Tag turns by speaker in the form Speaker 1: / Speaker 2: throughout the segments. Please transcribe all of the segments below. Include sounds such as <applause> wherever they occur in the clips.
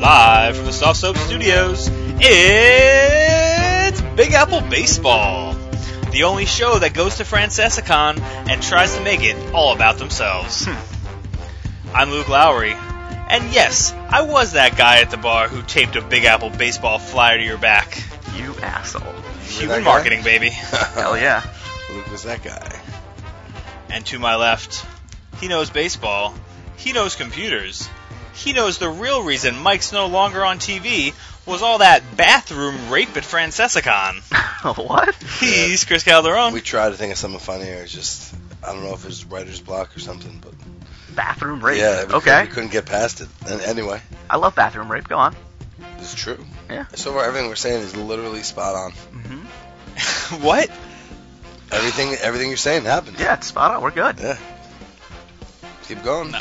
Speaker 1: Live from the Soft Soap Studios, it's Big Apple Baseball, the only show that goes to Francesicon and tries to make it all about themselves.
Speaker 2: Hmm.
Speaker 1: I'm Luke Lowry, and yes, I was that guy at the bar who taped a Big Apple Baseball flyer to your back.
Speaker 3: You asshole.
Speaker 2: Uh-huh.
Speaker 1: Human
Speaker 2: that guy? <laughs>
Speaker 1: marketing, baby.
Speaker 3: Hell yeah. <laughs>
Speaker 2: Luke was that guy.
Speaker 1: And to my left, he knows baseball, he knows computers, he knows the real reason Mike's no longer on TV was all that bathroom rape at Francesicon.
Speaker 3: what?
Speaker 1: He's Chris Calderon.
Speaker 2: We tried to think of something funny. It was just I don't know if it was writer's block or something, but
Speaker 3: Bathroom rape.
Speaker 2: yeah, we
Speaker 3: okay.
Speaker 2: couldn't, we couldn't get past it. And anyway,
Speaker 3: I love bathroom rape. Go on.
Speaker 2: it's true.
Speaker 3: Yeah.
Speaker 2: So far, everything we're saying is literally spot on.
Speaker 3: hmm
Speaker 1: what?
Speaker 2: Everything, everything you're saying happened.
Speaker 3: Yeah, it's spot on. We're good.
Speaker 2: Yeah. Keep going.
Speaker 1: No.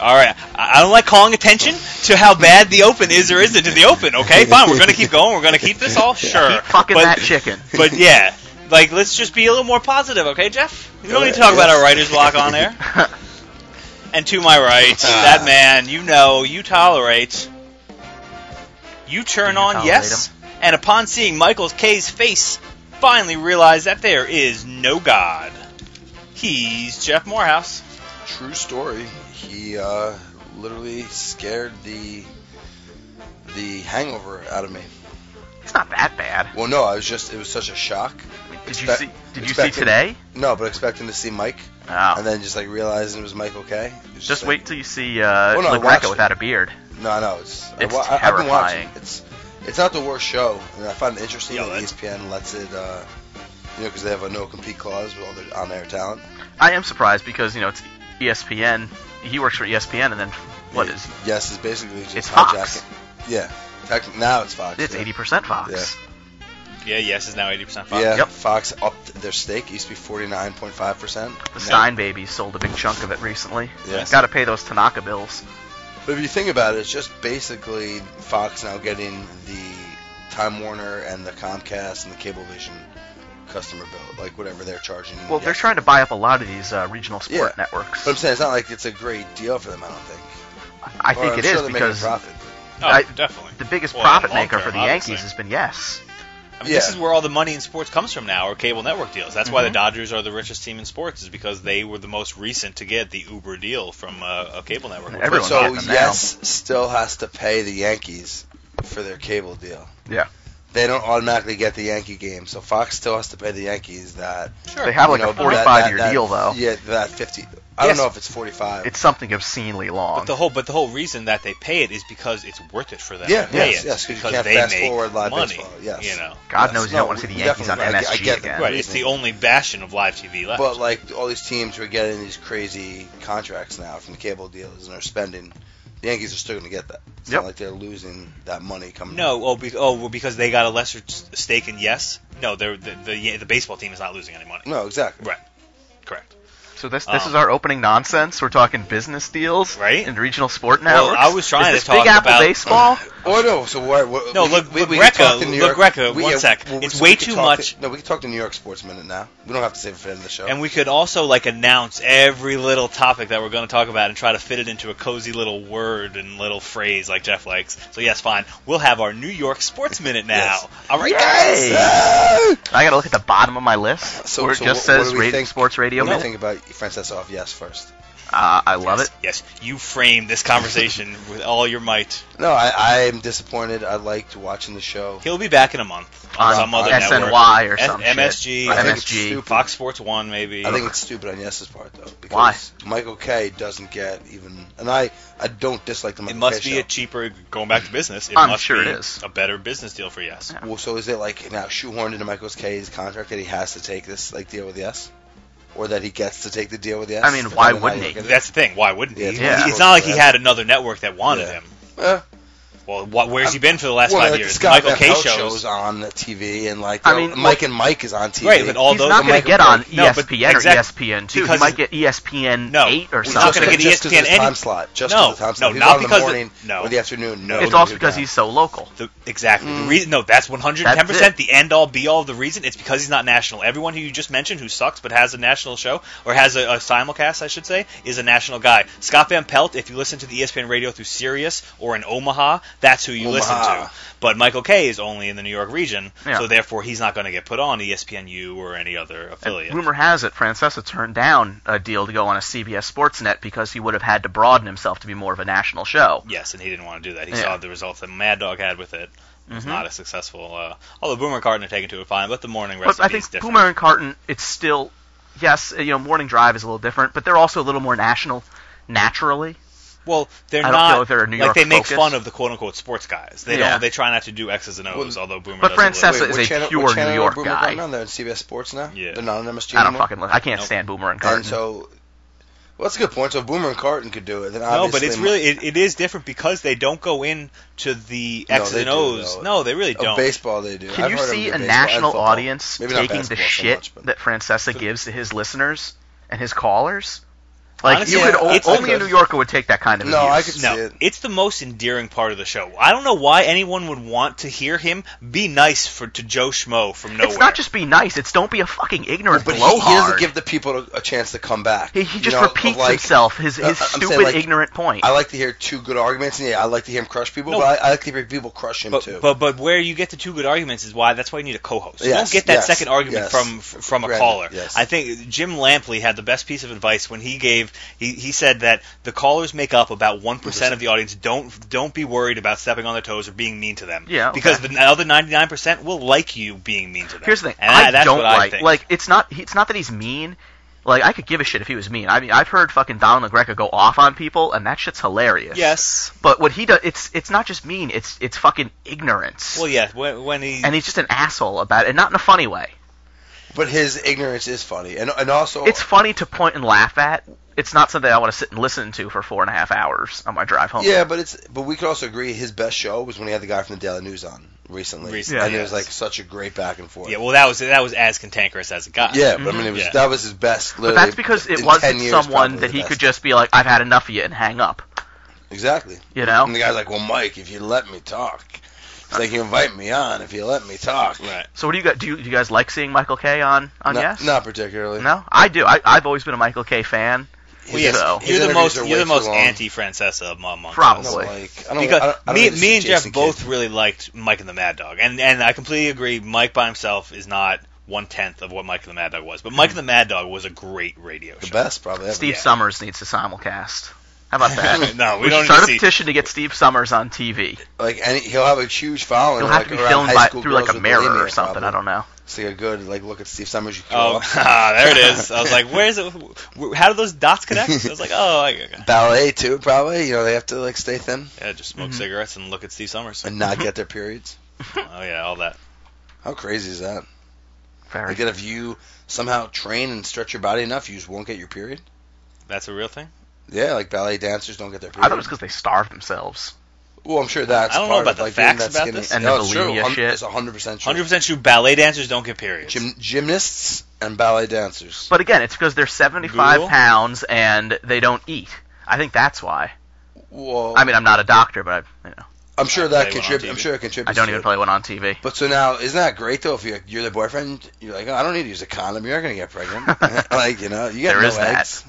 Speaker 1: All right. I I don't like calling attention to how bad the open is or isn't in the open. Okay, fine. We're gonna keep going. We're gonna keep this all sure.
Speaker 2: Uh,
Speaker 3: Keep fucking
Speaker 1: but,
Speaker 3: that chicken. <laughs>
Speaker 1: But yeah, like let's just be a little more positive, okay, Jeff? We don't need to talk about our writer's block on there. And to my right, that man you know, you tolerate. You turn
Speaker 3: You
Speaker 1: on
Speaker 3: tolerate
Speaker 1: yes, and upon seeing Michael K's face, finally realize that there is no God. He's Jeff Morehouse.
Speaker 2: True story. He uh, literally scared the the hangover out of me.
Speaker 3: it's not that bad.
Speaker 2: Well, no, I was just it was such a shock.
Speaker 3: I mean, Did you
Speaker 2: Expect-
Speaker 3: see? Did you see
Speaker 2: expecting-
Speaker 3: today?
Speaker 2: No, but expecting to see Mike,
Speaker 3: Oh.
Speaker 2: and then just like realizing it was Michael K. It was
Speaker 3: just
Speaker 2: like-
Speaker 3: wait till you see uh,
Speaker 2: Well, no, I
Speaker 3: Rick
Speaker 2: watched
Speaker 3: Recca
Speaker 2: it.
Speaker 3: without a beard.
Speaker 2: No, no, it's,
Speaker 3: It's
Speaker 2: I, wa- I, I've been watching.
Speaker 3: terrifying.
Speaker 2: It's it's not the worst show, and I find it interesting
Speaker 1: Yo,
Speaker 2: that E
Speaker 1: that's-
Speaker 2: ESPN lets it, uh, you know, because they have a no compete clause with all their on-air talent.
Speaker 3: I am surprised because you know it's E ESPN. He works for E ESPN, and then what
Speaker 2: It-
Speaker 3: is?
Speaker 2: Yes, it's basically just
Speaker 3: It's
Speaker 2: hijacking.
Speaker 3: Fox.
Speaker 2: Yeah, Tec- now it's Fox.
Speaker 3: It's
Speaker 2: yeah.
Speaker 3: eighty percent Fox.
Speaker 1: Yeah, yes is now 80% Fox.
Speaker 2: Yeah,
Speaker 3: Yep.
Speaker 2: Fox upped their stake. It used to be forty-nine point five percent.
Speaker 3: The Stein babies sold a big chunk of it recently.
Speaker 2: Yes.
Speaker 3: Got to pay those Tanaka bills.
Speaker 2: But if you think about it, it's just basically Fox now getting the Time Warner and the Comcast and the Cablevision customer bill, like whatever they're charging.
Speaker 3: Well,
Speaker 2: Yeah.
Speaker 3: they're trying to buy up a lot of these uh, regional sport
Speaker 2: Yeah.
Speaker 3: networks.
Speaker 2: But I'm saying it's not like it's a great deal for them. I don't think.
Speaker 3: I think
Speaker 2: Or I'm
Speaker 3: it
Speaker 2: sure
Speaker 3: is
Speaker 2: they're making a
Speaker 3: because
Speaker 2: profit.
Speaker 1: Oh,
Speaker 3: I-
Speaker 1: definitely.
Speaker 3: the biggest
Speaker 1: Well,
Speaker 3: profit
Speaker 1: long
Speaker 3: maker
Speaker 1: term,
Speaker 3: for the
Speaker 1: obviously.
Speaker 3: Yankees has been yes.
Speaker 1: I mean, This
Speaker 2: Yeah.
Speaker 1: is where all the money in sports comes from now, are cable network deals. That's why the
Speaker 3: Mhm.
Speaker 1: Dodgers are the richest team in sports, is because they were the most recent to get the Uber deal from uh, a cable network.
Speaker 3: Every- Everyone's
Speaker 2: so
Speaker 3: getting them now.
Speaker 2: yes, still has to pay the Yankees for their cable deal.
Speaker 3: Yeah.
Speaker 2: They don't automatically get the Yankee game, so Fox still has to pay the Yankees that.
Speaker 1: Sure.
Speaker 3: They have like
Speaker 2: you know,
Speaker 3: a
Speaker 2: that-
Speaker 3: 45
Speaker 2: that-
Speaker 3: year
Speaker 2: that-
Speaker 3: deal though.
Speaker 2: Yeah, that 50. I
Speaker 1: Yes.
Speaker 2: don't know if it's 45.
Speaker 3: It's something obscenely long.
Speaker 1: But the whole but the whole reason that they pay it is because it's worth it for them.
Speaker 2: Yeah,
Speaker 1: to pay
Speaker 2: yes,
Speaker 1: it,
Speaker 2: yes, 'cause you
Speaker 1: because
Speaker 2: can't
Speaker 1: they
Speaker 2: fast
Speaker 1: make
Speaker 2: forward live
Speaker 1: money.
Speaker 2: baseball, yes.
Speaker 1: You know,
Speaker 3: God
Speaker 2: Yes,
Speaker 3: knows you
Speaker 2: no,
Speaker 3: don't want to see
Speaker 2: we
Speaker 3: the Yankees on
Speaker 2: definitely- I
Speaker 3: MSG
Speaker 2: get- I get the
Speaker 3: again.
Speaker 1: right? It's the only bastion of live TV left.
Speaker 2: but like all these teams who are getting these crazy contracts now from the cable deals and are spending, the Yankees are still going to get that. It's
Speaker 3: Yep.
Speaker 2: not like they're losing that money coming.
Speaker 1: no, oh, be, oh, well, because they got a lesser s- stake in yes. No, they're, the, the the baseball team is not losing any money.
Speaker 2: No, exactly.
Speaker 1: Right. Correct.
Speaker 3: So this this
Speaker 1: Um,
Speaker 3: is our opening nonsense. We're talking business deals
Speaker 1: Right.
Speaker 3: and regional sport
Speaker 1: Well,
Speaker 3: networks.
Speaker 1: I was trying
Speaker 3: is this
Speaker 1: to talk
Speaker 3: Big Apple
Speaker 1: about- <laughs>
Speaker 3: baseball.
Speaker 2: Oh no! So why? what-
Speaker 1: No,
Speaker 2: we-
Speaker 1: look-
Speaker 2: we-
Speaker 1: look,
Speaker 2: we can talk
Speaker 1: Greco,
Speaker 2: to New
Speaker 1: look,
Speaker 2: York-
Speaker 1: Greco,
Speaker 2: we-
Speaker 1: one
Speaker 2: yeah,
Speaker 1: sec.
Speaker 2: well,
Speaker 1: It's
Speaker 2: we
Speaker 1: way
Speaker 2: can
Speaker 1: too
Speaker 2: talk
Speaker 1: much-
Speaker 2: To, no, we can talk to New York sports minute now. We don't have to save it for the end of the show.
Speaker 1: And we could also like announce every little topic that we're going to talk about and try to fit it into a cozy little word and little phrase like Jeff likes. So yes, fine. We'll have our New York Sports Minute now.
Speaker 2: Yes.
Speaker 1: All right,
Speaker 3: Yay!
Speaker 1: guys.
Speaker 2: Ah!
Speaker 3: I gotta look at the bottom of my list
Speaker 2: So-
Speaker 3: where it
Speaker 2: so
Speaker 3: just
Speaker 2: what- what
Speaker 3: says
Speaker 2: do we
Speaker 3: radio,
Speaker 2: think-
Speaker 3: sports radio.
Speaker 2: What do you
Speaker 3: Minute.
Speaker 2: think about Francesov? Yes, first.
Speaker 3: Uh, I love
Speaker 1: yes,
Speaker 3: it.
Speaker 1: Yes, you framed this conversation <laughs> with all your might.
Speaker 2: No, I, I am disappointed. I liked watching the show.
Speaker 1: He'll be back in a month on
Speaker 3: On
Speaker 1: some other network.
Speaker 3: SNY or
Speaker 1: S-
Speaker 3: some
Speaker 1: MSG,
Speaker 3: shit.
Speaker 2: I think it's
Speaker 3: MSG.
Speaker 2: stupid.
Speaker 1: Fox Sports One, maybe.
Speaker 2: I think it's stupid on Yes's part though. Because
Speaker 3: Why?
Speaker 2: Michael K doesn't get even, and I I don't dislike the
Speaker 1: it
Speaker 2: Michael
Speaker 1: must
Speaker 2: Kay
Speaker 1: be
Speaker 2: show.
Speaker 1: a cheaper going back to business. It
Speaker 3: I'm
Speaker 1: must
Speaker 3: sure
Speaker 1: be
Speaker 3: it is.
Speaker 1: a better business deal for yes.
Speaker 2: well, so is it like now shoehorned into Michael K's contract that he has to take this like deal with Yes, or that he gets to take the deal with Yes?
Speaker 3: I mean,
Speaker 2: Depending
Speaker 3: why
Speaker 2: on how you
Speaker 3: wouldn't
Speaker 2: look
Speaker 3: he?
Speaker 2: at it.
Speaker 1: That's the thing. Why wouldn't
Speaker 2: Yeah,
Speaker 1: he?
Speaker 2: it's
Speaker 3: Yeah.
Speaker 1: It's not like he had another network that wanted
Speaker 2: Yeah.
Speaker 1: him.
Speaker 2: Eh,
Speaker 1: Well, what, where's he been for the last
Speaker 2: well,
Speaker 1: five
Speaker 2: like,
Speaker 1: years?
Speaker 2: Scott
Speaker 1: Michael
Speaker 2: Van
Speaker 1: K
Speaker 2: Pelt
Speaker 1: shows.
Speaker 2: shows on TV, and like
Speaker 3: I
Speaker 2: you know,
Speaker 3: mean,
Speaker 2: Mike and Mike is on TV.
Speaker 1: Right, but all
Speaker 3: he's
Speaker 1: those
Speaker 3: not going
Speaker 2: Michael
Speaker 3: to get on E
Speaker 1: No, but-
Speaker 3: ESPN or
Speaker 1: exactly.
Speaker 3: ESPN two. He
Speaker 1: Because-
Speaker 3: might get E ESPN
Speaker 1: No,
Speaker 3: eight or
Speaker 1: he's
Speaker 2: Just
Speaker 1: not
Speaker 3: something.
Speaker 1: gonna
Speaker 2: because-
Speaker 1: get
Speaker 2: just 'cause
Speaker 1: ESPN
Speaker 2: of his
Speaker 1: any-
Speaker 2: time slot. Just
Speaker 1: No,
Speaker 2: because of the time
Speaker 1: no,
Speaker 2: slot. He's
Speaker 1: not
Speaker 2: on in
Speaker 1: because
Speaker 2: the
Speaker 1: the-
Speaker 2: morning
Speaker 1: no.
Speaker 2: or the afternoon.
Speaker 1: E
Speaker 2: No,
Speaker 3: It's also because he's so local.
Speaker 1: The, exactly. The
Speaker 2: Mm.
Speaker 1: reason, no, that's 110%
Speaker 3: That's it.
Speaker 1: the end all be all of the reason. It's because he's not national. Everyone who you just mentioned who sucks but has a national show, or has a, a simulcast, I should say, is a national guy. Scott Van Pelt, if you listen to the E ESPN radio through Sirius or in Omaha, that's who you listen
Speaker 2: Omaha.
Speaker 1: to. But Michael Kay is only in the New York region,
Speaker 3: Yeah.
Speaker 1: so therefore he's not going to get put on E ESPNU or any other
Speaker 3: And
Speaker 1: affiliate.
Speaker 3: rumor has it Francesa turned down a deal to go on a CBS Sportsnet because he would have had to broaden himself to be more of a national show.
Speaker 1: Yes, and he didn't want to do that. He
Speaker 3: Yeah.
Speaker 1: saw the results that Mad Dog had with it. It was
Speaker 3: Mhm.
Speaker 1: not a successful. Uh, although Boomer and Carton are taken to it fine, but the morning
Speaker 3: But
Speaker 1: recipe
Speaker 3: I
Speaker 1: is
Speaker 3: think
Speaker 1: different.
Speaker 3: Boomer and Carton, it's still yes, you know, Morning Drive is a little different, but they're also a little more national naturally.
Speaker 1: Well, they're
Speaker 3: I don't
Speaker 1: not
Speaker 3: know if they're a New
Speaker 1: like
Speaker 3: York
Speaker 1: they make
Speaker 3: focus.
Speaker 1: fun of the quote unquote sports guys. They
Speaker 3: Yeah.
Speaker 1: don't. They try not to do X's and O's.
Speaker 2: Well,
Speaker 1: although Boomer.
Speaker 3: but
Speaker 1: does a little
Speaker 3: Francesa
Speaker 1: bit.
Speaker 3: is
Speaker 2: what
Speaker 3: a
Speaker 2: channel,
Speaker 3: pure
Speaker 2: what
Speaker 3: New
Speaker 2: channel
Speaker 3: York
Speaker 2: are Boomer
Speaker 3: guy.
Speaker 2: Carton on? They're on CBS Sports now.
Speaker 1: Yeah.
Speaker 2: they're not on MSG
Speaker 3: I don't
Speaker 2: anymore?
Speaker 3: fucking listen. I can't
Speaker 1: Nope.
Speaker 3: stand Boomer and
Speaker 2: And
Speaker 3: Carton.
Speaker 2: so, well, that's a good point. So if Boomer and Carton could do it. Then
Speaker 1: No,
Speaker 2: obviously
Speaker 1: but it's really it, it is different because they don't go in to the
Speaker 2: No,
Speaker 1: X's
Speaker 2: they
Speaker 1: and
Speaker 2: do,
Speaker 1: O's.
Speaker 2: though.
Speaker 1: no, they really
Speaker 2: oh,
Speaker 1: don't.
Speaker 2: baseball they do.
Speaker 3: Can
Speaker 2: I've
Speaker 3: you
Speaker 2: heard them
Speaker 3: see
Speaker 2: do
Speaker 3: a
Speaker 2: baseball and
Speaker 3: national
Speaker 2: football.
Speaker 3: audience
Speaker 2: Maybe not
Speaker 3: taking the
Speaker 2: basketball so
Speaker 3: shit
Speaker 2: much, but-
Speaker 3: that Francesa gives to his listeners and his callers? Like
Speaker 1: Honestly,
Speaker 3: you could
Speaker 1: yeah,
Speaker 3: o-
Speaker 1: it's-
Speaker 3: only
Speaker 1: I
Speaker 3: a
Speaker 1: could.
Speaker 3: New Yorker would take that kind of
Speaker 2: No,
Speaker 3: abuse.
Speaker 2: I could see
Speaker 1: No,
Speaker 2: it.
Speaker 1: it's the most endearing part of the show. I don't know why anyone would want to hear him be nice for to Joe Schmo from nowhere.
Speaker 3: It's not just be nice. It's don't be a fucking ignorant
Speaker 2: But he, he
Speaker 3: blowhard.
Speaker 2: doesn't give the people a, a chance to come back.
Speaker 3: He- he
Speaker 2: You
Speaker 3: just
Speaker 2: know, of
Speaker 3: repeats
Speaker 2: like,
Speaker 3: himself. His
Speaker 2: I- I'm
Speaker 3: his
Speaker 2: saying,
Speaker 3: stupid
Speaker 2: like,
Speaker 3: ignorant point.
Speaker 2: I like to hear two good arguments, and yeah, I like to hear him crush people,
Speaker 1: No.
Speaker 2: but I, I like to hear people crush him
Speaker 1: But,
Speaker 2: too.
Speaker 1: but but where you get the two good arguments is why that's why you need a co-host. you don't
Speaker 2: Yes,
Speaker 1: get that
Speaker 2: yes,
Speaker 1: second argument
Speaker 2: yes.
Speaker 1: from from a
Speaker 2: Granted,
Speaker 1: caller.
Speaker 2: yes.
Speaker 1: I think Jim Lampley had the best piece of advice when he gave he, he said that the callers make up about one percent of the audience. Don't don't be worried about stepping on their toes or being mean to them.
Speaker 3: Yeah, okay.
Speaker 1: because the other ninety nine percent will like you being mean to them.
Speaker 3: Here's the thing.
Speaker 1: And
Speaker 3: I,
Speaker 1: that's
Speaker 3: don't
Speaker 1: what I
Speaker 3: like.
Speaker 1: think.
Speaker 3: Like it's not. It's not that he's mean. Like I could give a shit if he was mean. I mean, I've heard fucking Donald McGregor go off on people, and that shit's hilarious.
Speaker 1: yes.
Speaker 3: But what he does, it's it's not just mean. It's it's fucking ignorance.
Speaker 1: Well, yeah. When, when he
Speaker 3: and he's just an asshole about it, and not in a funny way.
Speaker 2: But his ignorance is funny, and and also
Speaker 3: It's funny to point and laugh at. It's not something I want to sit and listen to for four and a half hours on my drive home.
Speaker 2: yeah, but it's but we could also agree his best show was when he had the guy from the Daily News on recently,
Speaker 1: Recently,
Speaker 2: and it was
Speaker 1: yes.
Speaker 2: like such a great back and forth.
Speaker 1: yeah. Well, that was that was as cantankerous as it got.
Speaker 2: Yeah, but I mean, it was
Speaker 1: Yeah.
Speaker 2: that was his best.
Speaker 3: Mm-hmm. But that's because it wasn't someone that he could just be like, "I've had enough of you," and hang up.
Speaker 2: exactly.
Speaker 3: You know?
Speaker 2: And the guy's like, "Well, Mike, if you let me talk, it's like you invite me on. If you let me talk,
Speaker 1: Right.
Speaker 3: So what do you got? Do you, do you guys like seeing Michael K on on
Speaker 2: No-
Speaker 3: Yes?
Speaker 2: not particularly.
Speaker 3: No, I do. I, I've always been a Michael K fan.
Speaker 2: His-
Speaker 1: Well, yes,
Speaker 3: So-
Speaker 2: his
Speaker 1: you're the
Speaker 2: interviews
Speaker 1: most
Speaker 2: are
Speaker 1: you're the
Speaker 2: way
Speaker 1: most
Speaker 2: too long.
Speaker 1: anti-Francesa among us.
Speaker 2: I
Speaker 3: Probably.
Speaker 2: don't like. I don't,
Speaker 1: Because
Speaker 2: I don't, I don't
Speaker 1: me,
Speaker 2: really
Speaker 1: me and
Speaker 2: see
Speaker 1: Jeff
Speaker 2: Jason Kidd.
Speaker 1: both really liked Mike and the Mad Dog, and and I completely agree. Mike by himself is not one tenth of what Mike and the Mad Dog was, but Mike and the Mad Dog was a great radio
Speaker 2: the
Speaker 1: show.
Speaker 2: best probably. Ever.
Speaker 3: Steve
Speaker 1: Yeah.
Speaker 3: Summers needs to simulcast. How about
Speaker 2: <laughs>
Speaker 1: <laughs>
Speaker 3: that?
Speaker 1: no, we,
Speaker 3: <laughs> we
Speaker 1: don't need
Speaker 3: should
Speaker 1: to
Speaker 3: start a
Speaker 1: see.
Speaker 3: petition to get Steve Summers on TV.
Speaker 2: Like, and he- he'll have a huge following.
Speaker 3: He'll have
Speaker 2: like,
Speaker 3: to be
Speaker 2: around
Speaker 3: filmed
Speaker 2: high
Speaker 3: by,
Speaker 2: school
Speaker 3: through like
Speaker 2: girls
Speaker 3: a
Speaker 2: with
Speaker 3: mirror
Speaker 2: bulimia,
Speaker 3: or something.
Speaker 2: probably.
Speaker 3: I don't know.
Speaker 2: It's like a good like look at Steve Summers. You
Speaker 1: Oh, <laughs> ah, there it is. I was like, "Where's it? wh- How do those dots connect?" I was like, "Oh, I, I-
Speaker 2: <laughs> ballet too, probably. You know, they have to like stay thin
Speaker 1: yeah, just smoke
Speaker 3: Mhm.
Speaker 1: cigarettes and look at Steve Summers."
Speaker 2: and not get their periods.
Speaker 1: Oh yeah, all that.
Speaker 2: How crazy is that?
Speaker 3: <laughs> Very
Speaker 2: Like that if you somehow train and stretch your body enough, you just won't get your period.
Speaker 1: That's a real thing.
Speaker 2: Yeah, like ballet dancers don't get their
Speaker 3: I
Speaker 2: period.
Speaker 3: thought it was because they starved themselves.
Speaker 2: well, I'm sure that's.
Speaker 1: I don't know
Speaker 2: part
Speaker 1: about
Speaker 2: of,
Speaker 1: the
Speaker 2: like, being
Speaker 1: facts
Speaker 2: that
Speaker 1: about
Speaker 2: skinny.
Speaker 1: this.
Speaker 3: And
Speaker 2: no,
Speaker 3: the
Speaker 2: it's
Speaker 3: bulimia
Speaker 2: true. Um,
Speaker 3: shit.
Speaker 2: It's 100 percent true.
Speaker 1: Hundred percent true. Ballet dancers don't get periods.
Speaker 2: Gym- gymnasts and ballet dancers.
Speaker 3: But again, it's because they're 75
Speaker 1: Google?
Speaker 3: pounds and they don't eat. I think that's why.
Speaker 2: Well,
Speaker 3: I mean, I'm not a doctor, but I, you know,
Speaker 2: I'm sure
Speaker 1: I
Speaker 2: that
Speaker 1: play one on
Speaker 2: contributes. I'm
Speaker 1: TV.
Speaker 2: sure it contributes.
Speaker 3: I don't
Speaker 2: to
Speaker 3: even
Speaker 2: it.
Speaker 3: play one on TV.
Speaker 2: But so now, isn't that great though? If you're, you're the boyfriend, you're like, oh, I don't need to use a condom. You're not gonna get
Speaker 3: <laughs>
Speaker 2: pregnant. <laughs> like you know, you got
Speaker 3: There
Speaker 2: no
Speaker 3: is that.
Speaker 2: eggs.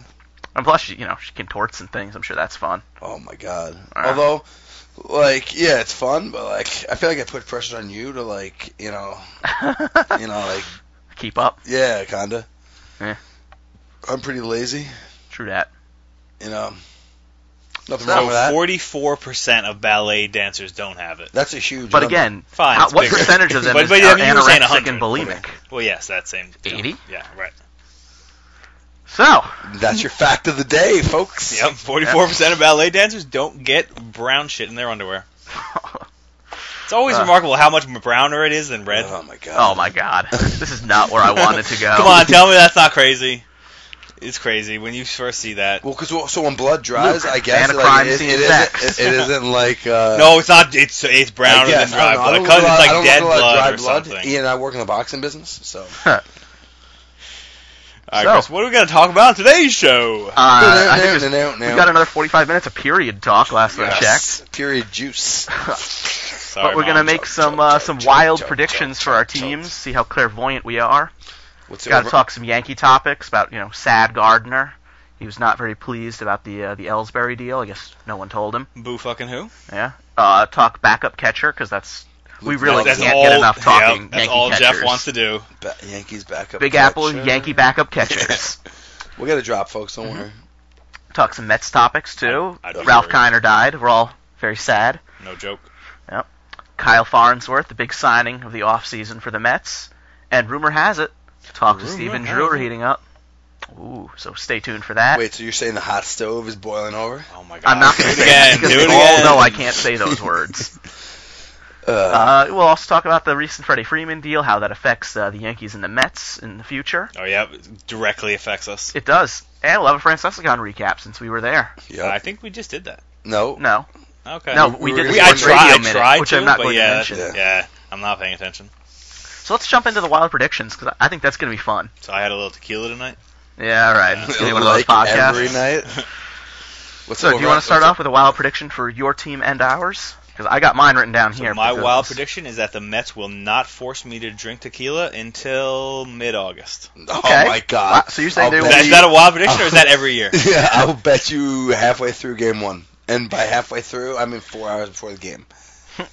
Speaker 3: And plus, you know, she contorts and things. I'm sure that's fun. <laughs>
Speaker 2: Oh my god.
Speaker 3: Ah.
Speaker 2: Although, like, yeah, it's fun, but like, I feel like I put pressure on you to like, you know, you know, like,
Speaker 3: Keep up.
Speaker 2: yeah, kinda.
Speaker 3: Yeah.
Speaker 2: I'm pretty lazy,
Speaker 3: True that.
Speaker 2: you know. Nothing wrong with
Speaker 1: So
Speaker 2: that.
Speaker 1: forty-four percent of ballet dancers don't have it.
Speaker 2: That's a huge.
Speaker 3: But
Speaker 2: number.
Speaker 3: again,
Speaker 1: Fine.
Speaker 3: how-
Speaker 1: it's
Speaker 3: what
Speaker 1: bigger.
Speaker 3: percentage
Speaker 1: <laughs>
Speaker 3: of them
Speaker 1: But-
Speaker 3: is
Speaker 1: but, I
Speaker 3: are
Speaker 1: mean, you were saying
Speaker 3: anorexic
Speaker 1: 100.
Speaker 3: and bulimic?
Speaker 1: Well, yes, that same. deal.
Speaker 3: 80?
Speaker 1: Yeah, right.
Speaker 3: So, <laughs>
Speaker 2: that's your fact of the day, folks.
Speaker 1: Yep, 44% of ballet dancers don't get brown shit in their underwear. It's always
Speaker 3: Uh.
Speaker 1: remarkable how much browner it is than red.
Speaker 2: Oh my god.
Speaker 3: oh my god, this is not where I wanted to go.
Speaker 1: Come on, tell me that's not crazy. It's crazy when you first see that.
Speaker 2: Well, because so when blood dries,
Speaker 3: Luke,
Speaker 2: I guess
Speaker 3: man of
Speaker 2: like,
Speaker 3: crime,
Speaker 2: it,
Speaker 3: scene
Speaker 2: it,
Speaker 3: sex.
Speaker 2: isn't, <laughs> it, it isn't like uh,
Speaker 1: No, it's not. It's it's
Speaker 2: I
Speaker 1: browner
Speaker 2: guess,
Speaker 1: than dry
Speaker 2: I
Speaker 1: blood
Speaker 2: don't know,
Speaker 1: because
Speaker 2: I
Speaker 1: it's
Speaker 2: don't
Speaker 1: like
Speaker 2: look
Speaker 1: dead
Speaker 2: a lot of
Speaker 1: blood
Speaker 2: dry
Speaker 1: or
Speaker 2: blood.
Speaker 1: something.
Speaker 2: Ian and I work in the boxing business, so
Speaker 3: Huh.
Speaker 1: All right,
Speaker 3: So-
Speaker 1: Chris, what are we going to talk about on today's show?
Speaker 3: Uh, I think there's-
Speaker 2: no, no, no.
Speaker 3: we got another 45 minutes of period talk last I checked.
Speaker 2: Yes. Period juice.
Speaker 1: Sorry,
Speaker 3: but we're
Speaker 1: Mom.
Speaker 3: gonna make some uh, some wild predictions for our teams. See how clairvoyant we are.
Speaker 2: What's
Speaker 3: Got to talk some Yankee topics about you know sad Gardner. He was not very pleased about the uh, the Ellsbury deal. I guess no one told him.
Speaker 1: Boo fucking who?
Speaker 3: Yeah. Uh, talk backup catcher because that's we really
Speaker 1: that's
Speaker 3: can't
Speaker 1: all,
Speaker 3: get enough talking
Speaker 1: yeah, that's
Speaker 3: Yankee
Speaker 1: all
Speaker 3: catchers.
Speaker 1: Jeff wants to do.
Speaker 2: Ba- Yankees backup.
Speaker 3: Big
Speaker 2: catcher.
Speaker 3: Apple Yankee
Speaker 1: <laughs>
Speaker 3: backup catchers.
Speaker 2: We got a drop, folks. Don't
Speaker 3: Mhm.
Speaker 2: worry.
Speaker 3: talk some Mets topics too.
Speaker 1: I- I don't
Speaker 3: Ralph
Speaker 1: worry.
Speaker 3: Kiner died. We're all very sad.
Speaker 1: No joke.
Speaker 3: Kyle Farnsworth, the big signing of the offseason for the Mets. And rumor has it, talks with
Speaker 1: Rumor
Speaker 3: Stephen
Speaker 1: has
Speaker 3: Drew are
Speaker 1: it.
Speaker 3: heating up. Ooh, so stay tuned for that.
Speaker 2: Wait, so you're saying the hot stove is boiling over?
Speaker 1: Oh my god.
Speaker 3: I'm not
Speaker 1: do
Speaker 3: going
Speaker 1: it
Speaker 3: to say that
Speaker 1: again.
Speaker 3: because
Speaker 1: Do
Speaker 3: they
Speaker 1: it
Speaker 3: all
Speaker 1: again.
Speaker 3: know I can't say
Speaker 1: <laughs>
Speaker 3: those words.
Speaker 2: Uh,
Speaker 3: uh, we'll also talk about the recent Freddie Freeman deal, how that affects uh, the Yankees and the Mets in the future.
Speaker 1: Oh yeah, it directly affects us.
Speaker 3: It does. And we'll have a Francescon recap since we were there.
Speaker 2: yeah.
Speaker 1: I think we just did that.
Speaker 2: no.
Speaker 3: No,
Speaker 1: Okay.
Speaker 3: no,
Speaker 2: We-
Speaker 3: we,
Speaker 2: we
Speaker 3: did
Speaker 2: were-
Speaker 1: uh, We,
Speaker 3: this
Speaker 2: It's
Speaker 1: I
Speaker 3: one
Speaker 2: tried-
Speaker 1: try, I
Speaker 3: radio minute,
Speaker 1: tried
Speaker 3: which
Speaker 1: to,
Speaker 3: I'm not
Speaker 1: but
Speaker 3: going
Speaker 1: yeah,
Speaker 3: to mention.
Speaker 1: that's- yeah, I'm not paying attention.
Speaker 3: So let's jump into the wild predictions because I think that's going to be fun.
Speaker 1: So I had a little tequila tonight.
Speaker 3: Yeah, all right. It's going to be one of those
Speaker 2: like
Speaker 3: podcasts.
Speaker 2: every
Speaker 1: <laughs>
Speaker 2: night. What's
Speaker 3: So,
Speaker 2: up,
Speaker 3: do you want
Speaker 2: what's
Speaker 3: to start
Speaker 2: up?
Speaker 3: off with a wild prediction for your team and ours? Because I got mine written down
Speaker 1: So
Speaker 3: here.
Speaker 1: my
Speaker 3: because-
Speaker 1: wild prediction is that the Mets will not force me to drink tequila until mid-August.
Speaker 3: Okay.
Speaker 2: Oh my
Speaker 3: Wow,
Speaker 2: god.
Speaker 3: so you're saying
Speaker 2: I'll
Speaker 3: they
Speaker 2: bet
Speaker 3: will-
Speaker 1: Is that, is that a wild prediction or is
Speaker 2: Oh.
Speaker 1: that every year?
Speaker 2: <laughs> yeah, I'll bet you halfway through game one, and by halfway through, I mean four hours before the game.
Speaker 1: Um,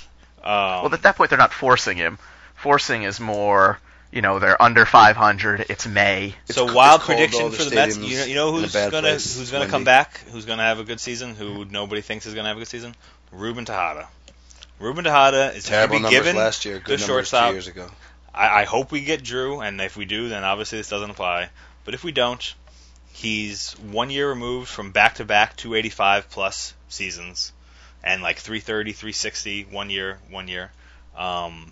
Speaker 3: Well, at that point, they're not forcing him. Forcing is more, you know, they're under 500. It's May.
Speaker 1: so
Speaker 2: It's-
Speaker 1: wild
Speaker 2: it's cold, all
Speaker 1: prediction
Speaker 2: the
Speaker 1: for the Mets.
Speaker 2: stadiums
Speaker 1: You know, you know
Speaker 2: in a
Speaker 1: who's
Speaker 2: bad
Speaker 1: gonna
Speaker 2: place.
Speaker 1: who's gonna
Speaker 2: Windy.
Speaker 1: come back? Who's gonna have a good season? Who nobody thinks is gonna have a good season? Ruben Tejada. Ruben Tejada is
Speaker 2: Terrible
Speaker 1: to be
Speaker 2: numbers
Speaker 1: given.
Speaker 2: last year. Good
Speaker 1: the
Speaker 2: numbers
Speaker 1: shortstop.
Speaker 2: two years ago.
Speaker 1: I, I hope we get Drew, and if we do, then obviously this doesn't apply. But if we don't, he's one year removed from back to back 285 plus seasons, and like 330, 360, one year, one year. Um,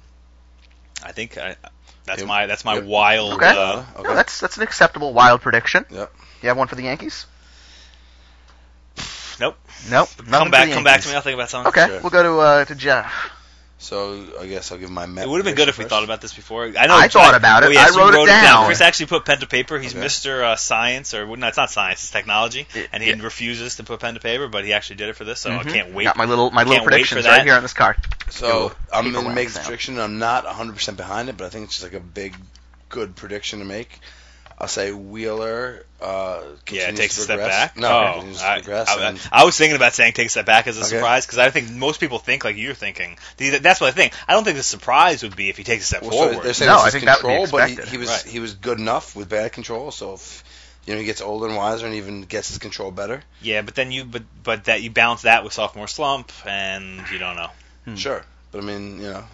Speaker 1: I think I, that's
Speaker 2: Yep.
Speaker 1: my that's my
Speaker 2: Yep.
Speaker 1: wild.
Speaker 3: Okay.
Speaker 1: Uh,
Speaker 3: No, that's that's an acceptable wild prediction.
Speaker 2: Yep.
Speaker 3: You have one for the Yankees?
Speaker 1: nope.
Speaker 3: Nope. none
Speaker 1: Come
Speaker 3: for
Speaker 1: back.
Speaker 3: the
Speaker 1: Come back to me.
Speaker 3: Yankees.
Speaker 1: I'll think about something.
Speaker 3: Okay,
Speaker 2: Sure.
Speaker 3: we'll go to uh, to Jeff.
Speaker 2: So I guess I'll give my. Met
Speaker 1: It would have been good if we thought about this before. I know
Speaker 3: I thought about it.
Speaker 1: oh, yes,
Speaker 3: I
Speaker 1: you
Speaker 3: wrote it down.
Speaker 1: Chris actually put pen to paper. He's
Speaker 2: Okay.
Speaker 1: Mr. Uh, science, or no, it's not science. It's technology,
Speaker 3: Yeah,
Speaker 1: and he
Speaker 3: yeah.
Speaker 1: refuses to put pen to paper, but he actually did it for this, so I
Speaker 3: Mhm.
Speaker 1: can't wait.
Speaker 3: Got my little my little
Speaker 1: Can't wait for
Speaker 3: predictions
Speaker 1: that.
Speaker 3: right here on this card.
Speaker 2: So
Speaker 3: Ooh,
Speaker 2: I'm
Speaker 3: people
Speaker 2: going to make
Speaker 3: went
Speaker 2: this
Speaker 3: down.
Speaker 2: prediction. I'm not 100% behind it, but I think it's just like a big, good prediction to make. I'll say Wheeler.
Speaker 1: yeah,
Speaker 2: Uh,
Speaker 1: it
Speaker 2: continues
Speaker 1: takes a
Speaker 2: to
Speaker 1: step
Speaker 2: progress.
Speaker 1: back.
Speaker 2: No,
Speaker 1: oh,
Speaker 2: continues to
Speaker 1: I,
Speaker 2: progress.
Speaker 1: I-
Speaker 2: and-
Speaker 1: I was thinking about saying take a step back as a
Speaker 2: Okay.
Speaker 1: surprise because I think most people think like you're thinking. The- That's what I think. I don't think the surprise would be if he takes a step
Speaker 2: Well, so
Speaker 1: forward.
Speaker 2: they're saying
Speaker 3: No,
Speaker 2: it's
Speaker 3: I
Speaker 2: his
Speaker 3: think that would be
Speaker 2: control, but he,
Speaker 3: expected.
Speaker 2: he was
Speaker 1: Right.
Speaker 2: he was good enough with bad control. So if you know he gets older and wiser and even gets his control better,
Speaker 1: yeah, but then you but but that you balance that with sophomore slump, and you don't know.
Speaker 3: Hmm.
Speaker 2: sure. But I mean, you know,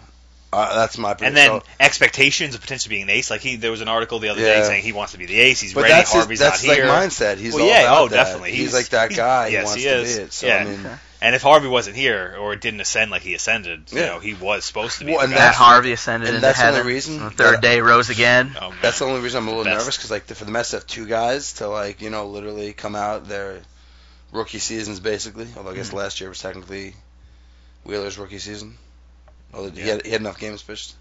Speaker 2: uh, that's my
Speaker 1: And
Speaker 2: prediction.
Speaker 1: then expectations of potentially being an ace. Like he, there was an article the other day
Speaker 2: Yeah.
Speaker 1: saying he wants to be the ace. He's
Speaker 2: but
Speaker 1: ready.
Speaker 2: that's
Speaker 1: Harvey's
Speaker 2: his, that's
Speaker 1: not
Speaker 2: like
Speaker 1: here.
Speaker 2: mindset. He's
Speaker 1: Well,
Speaker 2: all
Speaker 1: yeah,
Speaker 2: about
Speaker 1: oh,
Speaker 2: that.
Speaker 1: definitely.
Speaker 2: He's,
Speaker 1: He's-
Speaker 2: like that
Speaker 1: he's-
Speaker 2: guy.
Speaker 1: yes,
Speaker 2: he wants
Speaker 1: he
Speaker 2: to
Speaker 1: is.
Speaker 2: be it. So
Speaker 1: Yeah.
Speaker 2: I mean,
Speaker 3: Okay.
Speaker 1: And if Harvey wasn't here or didn't ascend like he ascended, you
Speaker 2: Yeah.
Speaker 1: know, he was supposed to be.
Speaker 2: Well,
Speaker 1: the
Speaker 2: and
Speaker 1: guy.
Speaker 3: Matt
Speaker 2: that's-
Speaker 3: Harvey ascended
Speaker 2: and
Speaker 3: into
Speaker 2: that's the only
Speaker 3: heaven.
Speaker 2: reason
Speaker 3: On the third
Speaker 2: that-
Speaker 3: day rose again.
Speaker 1: Oh, man.
Speaker 2: That's the only reason I'm a little
Speaker 1: Best.
Speaker 2: nervous because, like, for the Mets to have two guys to, like, you know, literally come out their rookie seasons, basically. Although I guess
Speaker 1: Hmm.
Speaker 3: Mhm.
Speaker 2: last year was technically Wheeler's rookie season. Although he,
Speaker 1: Yeah.
Speaker 2: had, he had enough games pitched.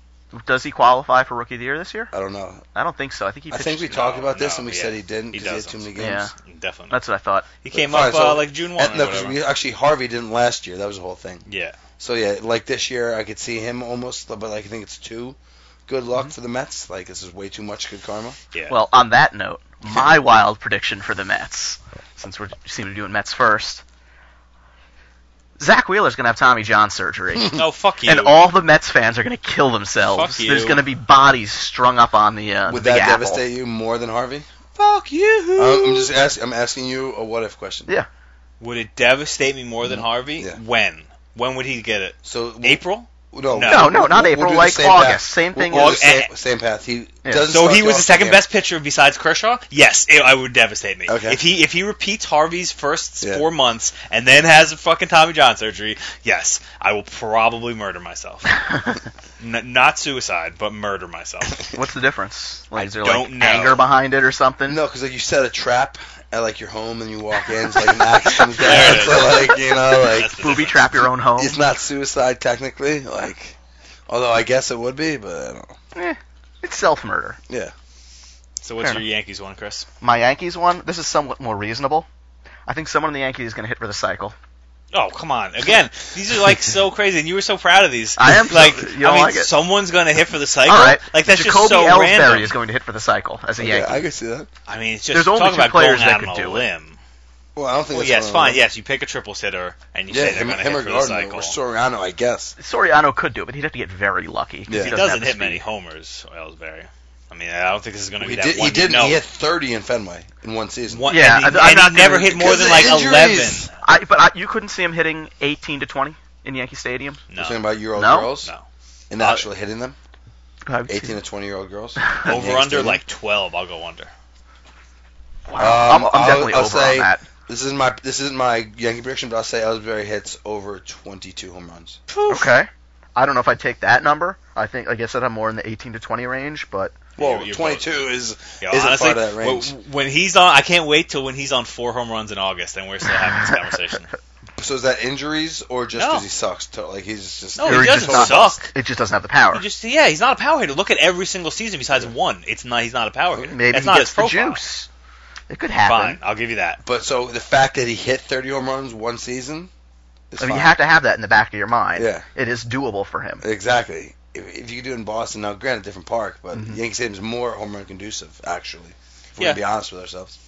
Speaker 3: Does he qualify for rookie of the year this year?
Speaker 2: I don't know.
Speaker 3: I don't think so. I think he
Speaker 2: I
Speaker 3: pitched.
Speaker 2: think we
Speaker 1: No,
Speaker 2: talked about this
Speaker 1: no,
Speaker 2: and we
Speaker 1: yeah.
Speaker 2: said he didn't
Speaker 1: He
Speaker 2: because he, had too
Speaker 1: doesn't.
Speaker 2: many
Speaker 3: Yeah.
Speaker 2: games.
Speaker 1: definitely.
Speaker 3: That's what I thought.
Speaker 1: he came
Speaker 2: Fine,
Speaker 1: up
Speaker 2: so-
Speaker 1: uh, like June one.
Speaker 2: And
Speaker 1: or
Speaker 2: no, 'cause
Speaker 1: whatever.
Speaker 2: we, actually, Harvey didn't last year. That was the whole thing.
Speaker 1: yeah.
Speaker 2: So yeah, like this year, I could see him almost, but like, I think it's too good
Speaker 3: Mm-hmm.
Speaker 2: luck for the Mets. Like this is way too much good
Speaker 3: <laughs>
Speaker 2: karma.
Speaker 1: Yeah.
Speaker 3: Well, on that note,
Speaker 2: <laughs>
Speaker 3: my wild prediction for the Mets, since we seem to be doing Mets first, Zach Wheeler's going to have Tommy John
Speaker 2: Hmm.
Speaker 3: surgery.
Speaker 1: no, fuck you.
Speaker 3: And all the Mets fans are going to kill themselves.
Speaker 1: Fuck you.
Speaker 3: There's going to be bodies strung up on the uh,
Speaker 2: <laughs> Would
Speaker 3: the
Speaker 2: that
Speaker 3: Big Apple.
Speaker 2: devastate you more than Harvey?
Speaker 1: fuck you.
Speaker 2: Uh, I'm I'm just asking. I'm asking you a what if question.
Speaker 3: Yeah.
Speaker 1: Would it devastate me more than Harvey?
Speaker 2: Mm, Yeah.
Speaker 1: When? When would he get it?
Speaker 2: So
Speaker 1: April?
Speaker 2: No,
Speaker 1: No,
Speaker 3: no, not
Speaker 2: we'll-
Speaker 3: April,
Speaker 2: we'll do the
Speaker 3: like
Speaker 2: same
Speaker 3: August.
Speaker 2: path.
Speaker 3: Same thing
Speaker 2: We'll, we'll
Speaker 1: as-
Speaker 2: do the same, same path. He
Speaker 3: Yeah.
Speaker 2: doesn't.
Speaker 1: So
Speaker 2: start
Speaker 1: he
Speaker 2: you
Speaker 1: was the
Speaker 2: off
Speaker 1: second
Speaker 2: again.
Speaker 1: best pitcher besides Kershaw. Yes, it, I would devastate me.
Speaker 2: Okay.
Speaker 1: If he if he repeats Harvey's first
Speaker 2: Yeah.
Speaker 1: four months and then has a fucking Tommy John surgery, yes, I will probably murder
Speaker 2: <laughs>
Speaker 1: myself. N- not suicide, but murder myself.
Speaker 3: <laughs>
Speaker 2: <laughs>
Speaker 3: What's the difference? Like,
Speaker 1: I
Speaker 3: is there like
Speaker 1: don't know.
Speaker 3: anger behind it or something?
Speaker 2: No, because like you set a trap at like your home and you walk in, it's like knocks comes
Speaker 1: <laughs> There
Speaker 2: down.
Speaker 1: it
Speaker 2: So
Speaker 1: is.
Speaker 2: like you know, like
Speaker 1: That's the
Speaker 3: Booby
Speaker 1: difference.
Speaker 3: trap your own home.
Speaker 2: it's not suicide technically. Like, although I guess it would be, but I don't know.
Speaker 3: Eh, it's self murder.
Speaker 2: yeah.
Speaker 1: So what's
Speaker 3: Fair
Speaker 1: your Yankees one, Chris?
Speaker 3: My Yankees one. This is somewhat more reasonable. I think someone in the Yankees is going to hit for the cycle.
Speaker 1: Oh come on! Again, these are like so crazy, and you were so proud of these.
Speaker 3: I am so-
Speaker 1: like,
Speaker 3: you
Speaker 1: I
Speaker 3: don't
Speaker 1: mean,
Speaker 3: like it.
Speaker 1: someone's gonna hit for the cycle.
Speaker 3: All right,
Speaker 1: Like that's just
Speaker 3: Jacoby
Speaker 1: so
Speaker 3: Ellsbury
Speaker 1: random.
Speaker 3: is going to hit for the cycle as a
Speaker 2: Yeah,
Speaker 3: Yankee.
Speaker 2: I can see that.
Speaker 1: I mean, it's just
Speaker 3: There's only
Speaker 1: talk
Speaker 3: two
Speaker 1: about
Speaker 3: players
Speaker 1: going
Speaker 3: that
Speaker 1: out
Speaker 3: could
Speaker 1: on a
Speaker 3: do it.
Speaker 1: limb.
Speaker 2: Well, I don't think.
Speaker 1: Well,
Speaker 2: that's
Speaker 1: yes,
Speaker 2: one of
Speaker 1: fine.
Speaker 2: them.
Speaker 1: Yes, you pick a triple sitter, and you
Speaker 2: Yeah,
Speaker 1: say they're
Speaker 2: him,
Speaker 1: going to
Speaker 2: him
Speaker 1: hit
Speaker 2: or
Speaker 1: for the
Speaker 2: Gardner
Speaker 1: cycle.
Speaker 2: or Soriano, I guess.
Speaker 3: Soriano could do it, but he'd have to get very lucky. 'cause
Speaker 2: Yeah.
Speaker 1: He
Speaker 2: He
Speaker 3: doesn't have
Speaker 1: doesn't
Speaker 3: the
Speaker 1: hit
Speaker 3: speed.
Speaker 1: many homers, Ellsbury. I mean, I don't think this is going to
Speaker 2: He
Speaker 1: be that
Speaker 2: did.
Speaker 1: one.
Speaker 2: He didn't.
Speaker 1: No,
Speaker 2: He hit 30 in Fenway in one season.
Speaker 1: one,
Speaker 3: Yeah,
Speaker 1: and he,
Speaker 3: I- I'm
Speaker 1: and
Speaker 3: not
Speaker 1: he never
Speaker 3: gonna-
Speaker 1: hit more than
Speaker 2: Because
Speaker 1: like
Speaker 2: of injuries.
Speaker 1: eleven.
Speaker 3: I, but I, you couldn't see him hitting 18 to 20 in Yankee Stadium.
Speaker 2: You're
Speaker 1: No,
Speaker 2: saying about year old
Speaker 3: No?
Speaker 2: girls
Speaker 1: No.
Speaker 2: and
Speaker 1: Uh,
Speaker 2: actually hitting them,
Speaker 3: I would see
Speaker 2: 18 to 20 year old
Speaker 3: <laughs>
Speaker 2: girls.
Speaker 1: over
Speaker 2: Yankee
Speaker 1: under
Speaker 2: Stadium.
Speaker 1: like twelve. I'll go under.
Speaker 3: Wow.
Speaker 2: Um,
Speaker 3: I'm, I'm
Speaker 2: I'll-
Speaker 3: definitely
Speaker 2: I'll
Speaker 3: over
Speaker 2: say-
Speaker 3: on that.
Speaker 2: This isn't my this isn't my Yankee prediction, but I'll say Ellsbury hits over 22 home runs.
Speaker 3: Okay. I don't know if I take that number. I think, like I said, I'm more in the 18 to 20 range, but
Speaker 2: Well,
Speaker 1: You- you're
Speaker 2: 22 is
Speaker 1: You
Speaker 2: Isn't
Speaker 1: honestly,
Speaker 2: part of that range.
Speaker 1: w- when he's on, I can't wait till when he's on four home runs in August, and we're still having this
Speaker 3: <laughs>
Speaker 1: conversation.
Speaker 2: so is that injuries or just
Speaker 1: No.
Speaker 2: because he sucks? To, like he's just
Speaker 1: No,
Speaker 3: Or
Speaker 1: he
Speaker 3: he
Speaker 1: doesn't
Speaker 3: just
Speaker 2: sucks.
Speaker 1: suck.
Speaker 3: it just doesn't have the power.
Speaker 1: He just yeah, he's not a power hitter. Look at every single season besides one. It's not he's not a power hitter.
Speaker 3: Maybe
Speaker 1: That's
Speaker 3: he
Speaker 1: not
Speaker 3: gets
Speaker 1: his
Speaker 3: the
Speaker 1: profile.
Speaker 3: juice. It could
Speaker 1: Fine,
Speaker 3: happen.
Speaker 1: I'll give you that.
Speaker 2: But so the fact that he hit 30 home runs one season, is
Speaker 3: I mean, you
Speaker 2: fine.
Speaker 3: have to have that in the back of your mind.
Speaker 2: Yeah.
Speaker 3: It is doable for him.
Speaker 2: exactly. If, if you do it in Boston, now granted, different park, but
Speaker 3: Mhm.
Speaker 2: Yankee Stadium is more home run conducive actually. If we're
Speaker 1: Yeah.
Speaker 2: gonna be honest with ourselves,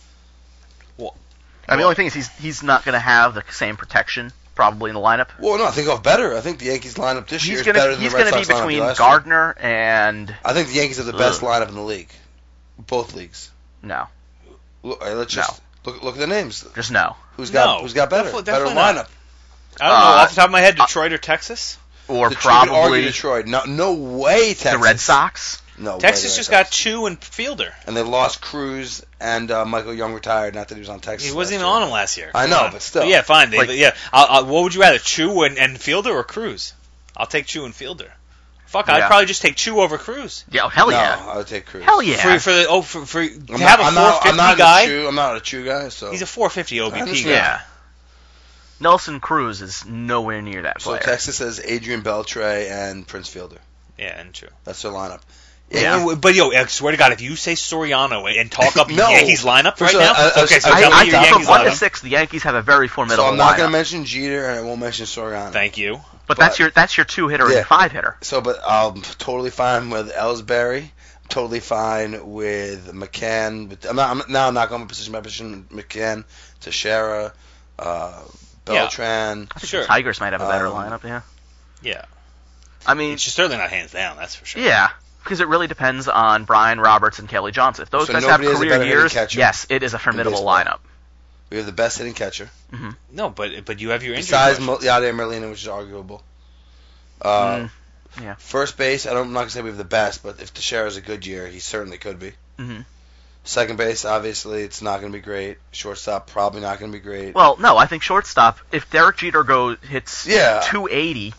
Speaker 3: I mean, the only thing is he's he's not going to have the same protection probably in the lineup.
Speaker 2: well, no, I think off better. I think the Yankees lineup this year
Speaker 3: He's
Speaker 2: is
Speaker 3: going
Speaker 2: better
Speaker 3: to
Speaker 2: than
Speaker 3: he's
Speaker 2: the Red
Speaker 3: going to be
Speaker 2: Sox lineup
Speaker 3: between
Speaker 2: last year.
Speaker 3: Gardner and
Speaker 2: I think the Yankees have the best
Speaker 3: Ugh.
Speaker 2: lineup in the league, both leagues.
Speaker 3: no,
Speaker 2: Look, all right, let's
Speaker 3: No.
Speaker 2: just look look at the names.
Speaker 3: just no
Speaker 2: Who's got
Speaker 1: No.
Speaker 2: who's got better
Speaker 1: Defo-
Speaker 2: better
Speaker 1: definitely not.
Speaker 2: lineup?
Speaker 1: I don't know
Speaker 3: Uh,
Speaker 1: off the top of my head, Detroit or Texas.
Speaker 3: or
Speaker 2: Detroit- you could argue
Speaker 3: probably
Speaker 2: Detroit. No, no way Texas.
Speaker 3: the Red Sox.
Speaker 2: No, way the
Speaker 1: Texas
Speaker 2: Red
Speaker 1: just
Speaker 2: Sox.
Speaker 1: got two and Fielder.
Speaker 2: and they lost Cruz and uh, Michael Young retired. Not that he was on Texas.
Speaker 1: He wasn't even
Speaker 2: last
Speaker 1: on
Speaker 2: year.
Speaker 1: him last year.
Speaker 2: I
Speaker 1: Come
Speaker 2: know,
Speaker 1: on.
Speaker 2: but still.
Speaker 1: yeah, fine. They,
Speaker 3: Like-
Speaker 1: yeah, I, I, what would you rather, Chew and, and Fielder or Cruz? I'll take Chew and Fielder. Fuck, I'd
Speaker 3: Yeah.
Speaker 1: probably just take Chew over Cruz.
Speaker 3: Yeah, oh, hell
Speaker 2: no,
Speaker 3: yeah,
Speaker 2: I would take Cruz.
Speaker 3: hell yeah.
Speaker 1: For, for the oh for, for to
Speaker 2: I'm
Speaker 1: have a
Speaker 2: not,
Speaker 1: 450
Speaker 2: I'm not, I'm not A
Speaker 1: guy.
Speaker 2: chew, I'm not a chew guy. So
Speaker 1: He's a 450 OBP guy.
Speaker 2: understand.
Speaker 3: yeah. Nelson Cruz is nowhere near that
Speaker 2: so
Speaker 3: player.
Speaker 2: Texas has Adrian Beltre and Prince Fielder.
Speaker 1: Yeah, and Chew.
Speaker 2: That's their lineup.
Speaker 3: Yeah.
Speaker 1: And- but yo, I swear to God, if you say Soriano and talk up
Speaker 2: <laughs> No.
Speaker 1: Yankees lineup
Speaker 2: For
Speaker 1: right
Speaker 2: sure,
Speaker 1: now,
Speaker 2: I- I-
Speaker 1: okay, so
Speaker 2: I-
Speaker 1: tell
Speaker 3: I,
Speaker 1: me your
Speaker 3: I think from
Speaker 1: Yankees
Speaker 3: one to
Speaker 1: lineup.
Speaker 3: six, the Yankees have a very
Speaker 2: So
Speaker 3: formidable
Speaker 2: I'm not going
Speaker 3: lineup.
Speaker 2: to mention Jeter and I won't mention Soriano.
Speaker 1: Thank you.
Speaker 3: but that's your that's your two hitter
Speaker 2: Yeah.
Speaker 3: and five hitter.
Speaker 2: So, but I'm totally fine with Ellsbury. I'm totally fine with McCann. But I'm not. I'm, now I'm not going position by position. McCann, Teixeira, uh,
Speaker 1: Yeah.
Speaker 2: Beltran.
Speaker 3: I think
Speaker 1: Sure.
Speaker 3: the Tigers might have a better
Speaker 2: Um,
Speaker 3: lineup. Yeah,
Speaker 1: Yeah,
Speaker 3: I mean,
Speaker 1: it's just certainly not hands down. That's for sure.
Speaker 3: yeah, because it really depends on Brian Roberts and Kelly Johnson. If those
Speaker 2: So
Speaker 3: guys have
Speaker 2: nobody has a
Speaker 3: career
Speaker 2: better hitting
Speaker 3: years,
Speaker 2: catcher
Speaker 3: yes, it is a formidable
Speaker 2: baseball.
Speaker 3: lineup.
Speaker 2: We have the best hitting catcher
Speaker 1: No, but but you have your injury.
Speaker 2: besides
Speaker 1: question.
Speaker 2: Mo- Yadier Molina, which is arguable. Uh,
Speaker 3: Mm.
Speaker 2: First base, I don't, I'm not going to say we have the best, but if Teixeira's a good year, he certainly could be.
Speaker 3: Mhm.
Speaker 2: Second base, obviously, it's not going to be great. Shortstop, probably not going to be great.
Speaker 3: Well, no, I think shortstop. If Derek Jeter goes hits
Speaker 2: Yeah.
Speaker 3: 280,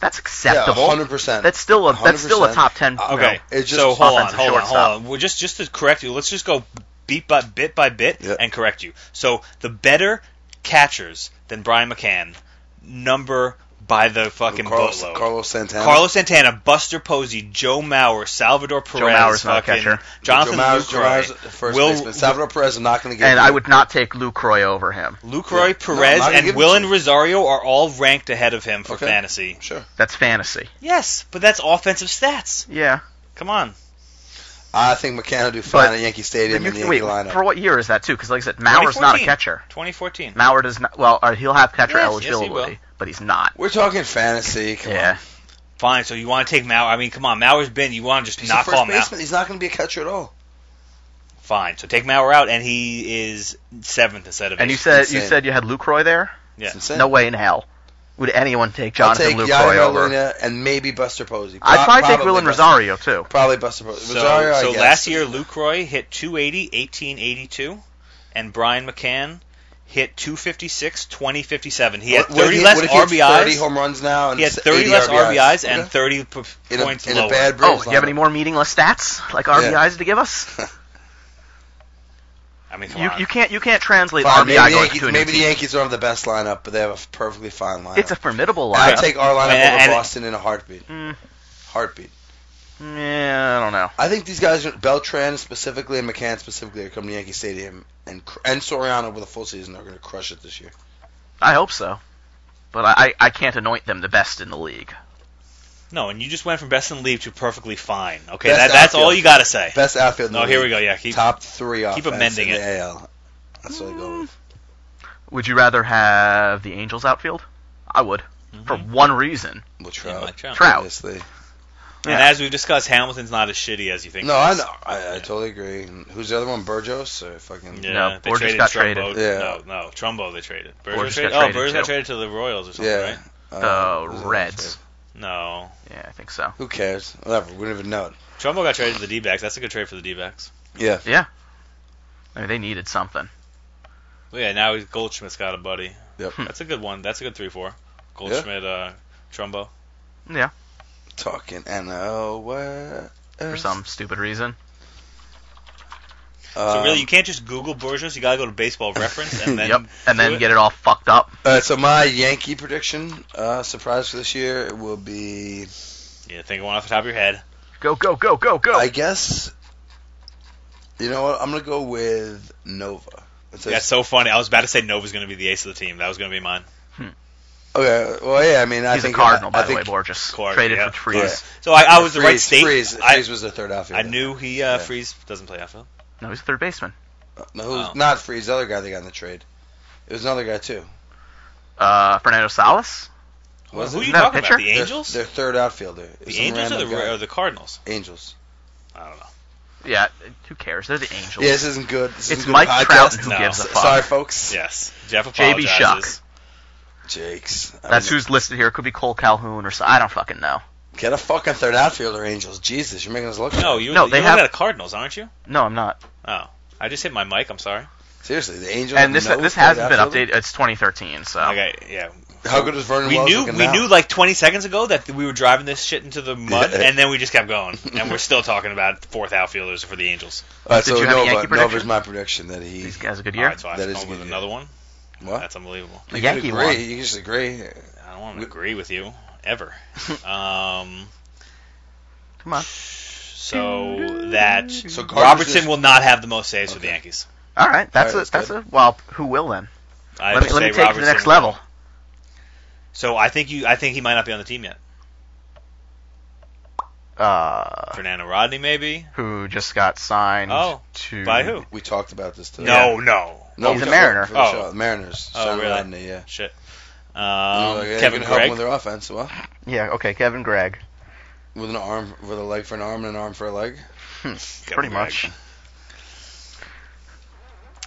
Speaker 3: that's
Speaker 2: yeah,
Speaker 3: acceptable.
Speaker 2: 100%.
Speaker 3: that's still a that's still a
Speaker 2: 100%.
Speaker 3: top ten.
Speaker 2: Uh,
Speaker 3: you know.
Speaker 1: Okay,
Speaker 2: It's just
Speaker 1: so hold on,
Speaker 3: offensive
Speaker 1: hold on, hold
Speaker 3: shortstop.
Speaker 1: on. We're just just to correct you, let's just go beat by bit by bit
Speaker 2: Yeah.
Speaker 1: and correct you. So the better catchers than Brian McCann number by the fucking
Speaker 2: Carlos,
Speaker 1: boatload.
Speaker 2: Carlos Santana.
Speaker 1: Carlos Santana, Buster Posey, Joe Mauer, Salvador Perez,
Speaker 3: Mauer's not a
Speaker 1: fucking
Speaker 3: catcher.
Speaker 1: Jonathan
Speaker 2: Joe Mauer's- Joe
Speaker 1: Lucroy,
Speaker 2: Mauer's the first
Speaker 1: Will-
Speaker 2: baseman. Salvador Perez is not going to get.
Speaker 3: And
Speaker 2: beat.
Speaker 3: I would not take Lucroy over him.
Speaker 1: Lucroy,
Speaker 2: Yeah. No, I'm
Speaker 1: Perez,
Speaker 2: not gonna give
Speaker 1: and
Speaker 2: it
Speaker 1: Will
Speaker 2: to
Speaker 1: and
Speaker 2: you.
Speaker 1: Rosario are all ranked ahead of him for
Speaker 2: Okay.
Speaker 1: fantasy.
Speaker 2: Sure.
Speaker 3: That's fantasy.
Speaker 1: Yes, but that's offensive stats.
Speaker 3: Yeah.
Speaker 1: Come on.
Speaker 2: I think McCann will do fine
Speaker 3: But-
Speaker 2: at Yankee Stadium in the Yankee
Speaker 3: wait,
Speaker 2: lineup.
Speaker 3: for what year is that too? Because like I said, Maurer's not a
Speaker 1: 2014.
Speaker 3: catcher.
Speaker 1: 2014.
Speaker 3: Maurer does not. Well, or he'll have catcher
Speaker 1: Yes, yes, he
Speaker 3: eligibility, but he's not.
Speaker 2: We're talking fantasy. Come
Speaker 3: yeah.
Speaker 2: on.
Speaker 1: Fine, so you want to take Mauer. I mean, come on. Mauer's been, you want to just
Speaker 2: He's
Speaker 1: not
Speaker 2: the first
Speaker 1: call Mauer.
Speaker 2: baseman. He's not going to be a catcher at all.
Speaker 1: Fine. So take Mauer out, and he is seventh instead of
Speaker 3: And you
Speaker 1: eighth.
Speaker 3: said you
Speaker 2: insane.
Speaker 3: said you had Lucroy there.
Speaker 1: Yeah.
Speaker 2: It's insane.
Speaker 3: No way in hell. Would anyone take
Speaker 2: I'll
Speaker 3: Jonathan
Speaker 2: take
Speaker 3: Lucroy
Speaker 2: Yadier
Speaker 3: over?
Speaker 2: Molina and maybe Buster Posey.
Speaker 3: I'd
Speaker 2: Pro-
Speaker 3: probably take Will and
Speaker 2: Buster-
Speaker 3: Rosario too.
Speaker 2: Probably Buster Posey.
Speaker 1: So,
Speaker 2: Rosario, I
Speaker 1: so
Speaker 2: guess.
Speaker 1: last year, Lucroy hit 280, 1882, and Brian McCann hit 256, 2057. He had
Speaker 2: What- what
Speaker 1: 30
Speaker 2: if he-
Speaker 1: less
Speaker 2: what if he hits
Speaker 1: RBIs.
Speaker 2: 30 home runs now. And
Speaker 1: he had
Speaker 2: s-
Speaker 1: 30
Speaker 2: 80
Speaker 1: less RBIs, and
Speaker 2: Okay.
Speaker 1: 30 p-
Speaker 2: in a,
Speaker 1: points
Speaker 2: in
Speaker 1: lower.
Speaker 2: a bad
Speaker 3: Oh,
Speaker 2: Braves
Speaker 3: do you have any
Speaker 2: lineup.
Speaker 3: more meaningless stats like RBIs to give us?
Speaker 1: I mean, come
Speaker 3: You,
Speaker 1: on.
Speaker 3: you can't you can't translate
Speaker 2: Fine, maybe
Speaker 3: RBI
Speaker 2: the,
Speaker 3: going to
Speaker 2: Yankees,
Speaker 3: a new
Speaker 2: maybe the
Speaker 3: team.
Speaker 2: Yankees don't have the best lineup, but they have a perfectly fine lineup.
Speaker 3: It's a formidable
Speaker 2: I'd
Speaker 3: lineup.
Speaker 2: take our lineup
Speaker 1: And-
Speaker 2: over
Speaker 1: and-
Speaker 2: Boston in a heartbeat.
Speaker 3: Mm,
Speaker 2: Heartbeat.
Speaker 3: yeah, I don't know.
Speaker 2: I think these guys, Beltran specifically and McCann specifically, are coming to Yankee Stadium and cr- and Soriano with a full season are going to crush it this year.
Speaker 3: I hope so, but I, I I can't anoint them the best in the league.
Speaker 1: no, and you just went from best in the league to perfectly fine. Okay,
Speaker 2: Best
Speaker 1: that, that's
Speaker 2: outfield.
Speaker 1: all you got to say.
Speaker 2: Best outfield. in the
Speaker 1: No, here we
Speaker 2: league.
Speaker 1: go. Yeah, keep.
Speaker 2: Top three offense
Speaker 1: amending
Speaker 2: in
Speaker 1: it.
Speaker 2: the AL. That's what I go with.
Speaker 3: Would you rather have the Angels outfield? I would
Speaker 1: Mhm.
Speaker 3: for
Speaker 2: Mm-hmm.
Speaker 3: one reason.
Speaker 2: Well,
Speaker 1: Yeah,
Speaker 2: Trout.
Speaker 1: Mike Trout.
Speaker 3: Trout.
Speaker 2: Obviously.
Speaker 1: And
Speaker 3: Yeah.
Speaker 1: as we've discussed, Hamilton's not as shitty as you think.
Speaker 2: No,
Speaker 1: he
Speaker 2: I
Speaker 1: is.
Speaker 2: know. I, I totally agree. And Who's the other one? Burgos or fucking?
Speaker 1: Yeah,
Speaker 3: No,
Speaker 1: they
Speaker 3: Borges
Speaker 1: traded
Speaker 3: got
Speaker 1: Trumbo.
Speaker 3: traded.
Speaker 2: Yeah.
Speaker 1: No, no, Trumbo they traded. Berger
Speaker 3: Borges got
Speaker 1: traded.
Speaker 3: traded,
Speaker 1: oh, Berger
Speaker 3: too.
Speaker 1: got traded to the Royals or something,
Speaker 2: Yeah.
Speaker 1: right?
Speaker 3: The
Speaker 2: Uh, who's other
Speaker 3: Oh, Reds.
Speaker 2: one?
Speaker 1: No,
Speaker 3: Yeah, I think so.
Speaker 2: Who cares? Whatever. We don't even know. it.
Speaker 1: Trumbo got traded to the D-backs. That's a good trade for the D-backs.
Speaker 2: Yeah.
Speaker 3: I mean, they needed something.
Speaker 1: Well, yeah, now he's- Goldschmidt's got a buddy.
Speaker 2: Yep.
Speaker 1: <laughs> That's a good one. That's a good three-four. Goldschmidt, uh, Trumbo.
Speaker 3: Yeah,
Speaker 2: Talking and oh what?
Speaker 3: for some stupid reason.
Speaker 2: Um,
Speaker 1: so really, you can't just Google Borges. You gotta go to Baseball Reference
Speaker 2: <laughs>
Speaker 1: and then
Speaker 3: yep, and
Speaker 1: do
Speaker 3: then
Speaker 1: it.
Speaker 3: get it all fucked up.
Speaker 2: Uh, so my Yankee prediction, uh, surprise for this year, will be,
Speaker 1: yeah, think of one off the top of your head.
Speaker 3: Go go go go go.
Speaker 2: I guess, you know what? I'm gonna go with Nova. It says-
Speaker 1: That's so funny. I was about to say Nova's gonna be the ace of the team. That was gonna be mine.
Speaker 2: Okay. Well, yeah. I mean, I
Speaker 3: He's a
Speaker 2: think
Speaker 3: Cardinal,
Speaker 2: I,
Speaker 3: by
Speaker 2: I
Speaker 3: the
Speaker 2: think,
Speaker 3: way, Borges.
Speaker 1: Card-
Speaker 3: Traded
Speaker 1: yeah.
Speaker 3: for Freeze.
Speaker 1: So Oh, I, I was the right
Speaker 2: Freeze-
Speaker 1: state.
Speaker 2: Freeze,
Speaker 1: I,
Speaker 2: Freeze was the third
Speaker 1: I
Speaker 2: outfielder.
Speaker 1: knew he uh,
Speaker 2: Yeah.
Speaker 1: Freeze doesn't play outfield.
Speaker 3: No, he's a third baseman.
Speaker 2: No, who's
Speaker 1: Oh.
Speaker 2: not Freeze? The other guy they got in the trade. It was another guy too.
Speaker 3: Uh, Fernando Salas.
Speaker 2: Was
Speaker 1: Who
Speaker 2: it?
Speaker 1: are you
Speaker 3: No,
Speaker 1: talking
Speaker 3: pitcher?
Speaker 1: about? The
Speaker 2: Their-
Speaker 1: Angels?
Speaker 2: Their, third outfielder. It was
Speaker 1: the
Speaker 2: some
Speaker 1: Angels or
Speaker 2: random
Speaker 1: the,
Speaker 2: guy.
Speaker 1: or the Cardinals?
Speaker 2: Angels.
Speaker 1: I don't know.
Speaker 3: Yeah, who cares? They're the Angels.
Speaker 2: Yeah, this isn't good. This
Speaker 3: it's
Speaker 2: isn't
Speaker 3: Mike
Speaker 2: good
Speaker 3: Trout.
Speaker 2: podcast.
Speaker 3: Who
Speaker 1: No.
Speaker 3: gives a
Speaker 1: S-
Speaker 3: fuck?
Speaker 2: Sorry, folks.
Speaker 1: Yes, Jeff
Speaker 3: JB
Speaker 1: apologizes.
Speaker 3: Shuck.
Speaker 2: Jakes. I
Speaker 3: That's
Speaker 2: mean,
Speaker 3: who's listed here. It could be Cole Calhoun or so. I don't fucking know.
Speaker 2: Get a fucking third outfielder, Angels. Jesus, you're making us look.
Speaker 1: No, you.
Speaker 3: No,
Speaker 1: you
Speaker 3: they
Speaker 1: look
Speaker 3: have-
Speaker 1: at the Cardinals, aren't you?
Speaker 3: No, I'm not.
Speaker 1: Oh, I just hit my mic. I'm sorry.
Speaker 2: seriously, the Angels.
Speaker 3: And this
Speaker 2: no
Speaker 3: this
Speaker 2: third
Speaker 3: hasn't been
Speaker 2: outfielder?
Speaker 3: updated. It's 2013, so
Speaker 1: Okay, yeah.
Speaker 2: How good is Vernon
Speaker 1: We
Speaker 2: Wells
Speaker 1: knew
Speaker 2: looking
Speaker 1: we
Speaker 2: now?
Speaker 1: knew like 20 seconds ago that we were driving this shit into the mud,
Speaker 2: Yeah.
Speaker 1: and then we just kept
Speaker 2: <laughs>
Speaker 1: going, and we're still talking about fourth outfielders for the Angels.
Speaker 2: All right,
Speaker 3: Did
Speaker 2: so
Speaker 3: you have a
Speaker 2: Nova,
Speaker 3: Yankee
Speaker 2: Nova's
Speaker 3: prediction?
Speaker 2: my prediction that he.
Speaker 3: these guys a good
Speaker 1: All
Speaker 3: year.
Speaker 1: right, so I have
Speaker 2: That
Speaker 1: to
Speaker 2: is
Speaker 1: come up with
Speaker 2: good.
Speaker 1: another one.
Speaker 2: What?
Speaker 1: That's unbelievable.
Speaker 3: The
Speaker 2: You can
Speaker 3: Yankee
Speaker 2: agree.
Speaker 3: won.
Speaker 2: You can just
Speaker 3: <laughs>
Speaker 2: agree.
Speaker 1: I don't want to agree with you ever. um,
Speaker 3: Come on.
Speaker 1: so that
Speaker 2: So Cardinals
Speaker 1: Robertson
Speaker 2: is-
Speaker 1: will not have the most saves for the
Speaker 2: Okay.
Speaker 1: Yankees.
Speaker 3: All right, that's
Speaker 2: All right,
Speaker 3: a
Speaker 2: that's
Speaker 3: that's a well. Who will then?
Speaker 1: I
Speaker 3: let me
Speaker 1: would
Speaker 3: let
Speaker 1: say
Speaker 3: me take it to the
Speaker 1: Robertson
Speaker 3: next
Speaker 1: will.
Speaker 3: level.
Speaker 1: So I think you. I think he might not be on the team yet.
Speaker 3: Uh,
Speaker 1: Fernando Rodney, maybe.
Speaker 3: who just got signed?
Speaker 1: Oh,
Speaker 3: to
Speaker 1: by who?
Speaker 2: We talked about this today.
Speaker 1: No, no.
Speaker 2: No,
Speaker 3: He's
Speaker 2: we
Speaker 3: a
Speaker 2: talked
Speaker 3: Mariner.
Speaker 2: about it for the
Speaker 1: Oh.
Speaker 2: show. Mariners.
Speaker 1: Oh,
Speaker 2: Sean
Speaker 1: really?
Speaker 2: Rodney, yeah.
Speaker 1: Shit.
Speaker 2: You
Speaker 1: Um,
Speaker 2: know, like,
Speaker 1: Kevin
Speaker 2: yeah, you can help 'em
Speaker 1: Gregg.
Speaker 2: with their offense. Well,
Speaker 3: Yeah. Okay, Kevin Gregg.
Speaker 2: with an arm, with a leg for an arm and an arm for a leg.
Speaker 1: Kevin
Speaker 3: Pretty
Speaker 1: Gregg.
Speaker 3: much.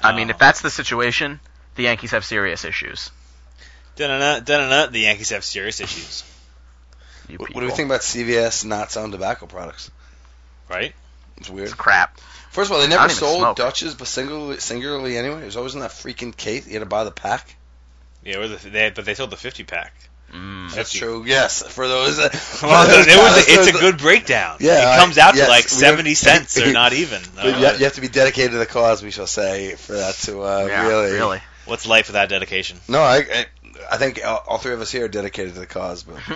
Speaker 3: I mean,
Speaker 1: Um,
Speaker 3: if that's the situation, the Yankees have serious issues.
Speaker 1: Da-na-na, da-na-na, the Yankees have serious issues,
Speaker 3: You
Speaker 2: What, what
Speaker 3: people.
Speaker 2: do we think about CVS not selling tobacco products?
Speaker 1: right?
Speaker 2: It's weird.
Speaker 3: It's crap.
Speaker 2: First of all, they
Speaker 3: I
Speaker 2: never
Speaker 3: don't even
Speaker 2: sold
Speaker 3: smoke.
Speaker 2: Dutchess, but singularly, singularly anyway. It was always in that freaking case. You had to buy the pack.
Speaker 1: Yeah, we're the, they, but they sold the 50 pack.
Speaker 3: Mm.
Speaker 2: That's
Speaker 1: Fifty.
Speaker 2: true. Yes, for those.
Speaker 1: <laughs>
Speaker 2: That,
Speaker 1: Well, it was a, it's a good breakdown.
Speaker 2: Yeah,
Speaker 1: it comes out
Speaker 2: yes,
Speaker 1: to like
Speaker 2: we-
Speaker 1: 70 cents
Speaker 2: <laughs>
Speaker 1: or not even.
Speaker 2: You
Speaker 1: Uh,
Speaker 2: you have to be dedicated to the cause, we shall say, for that to uh,
Speaker 3: yeah,
Speaker 2: really.
Speaker 1: What's life without dedication?
Speaker 2: No, I, I, I think all, all three of us here are dedicated to the cause, but <laughs>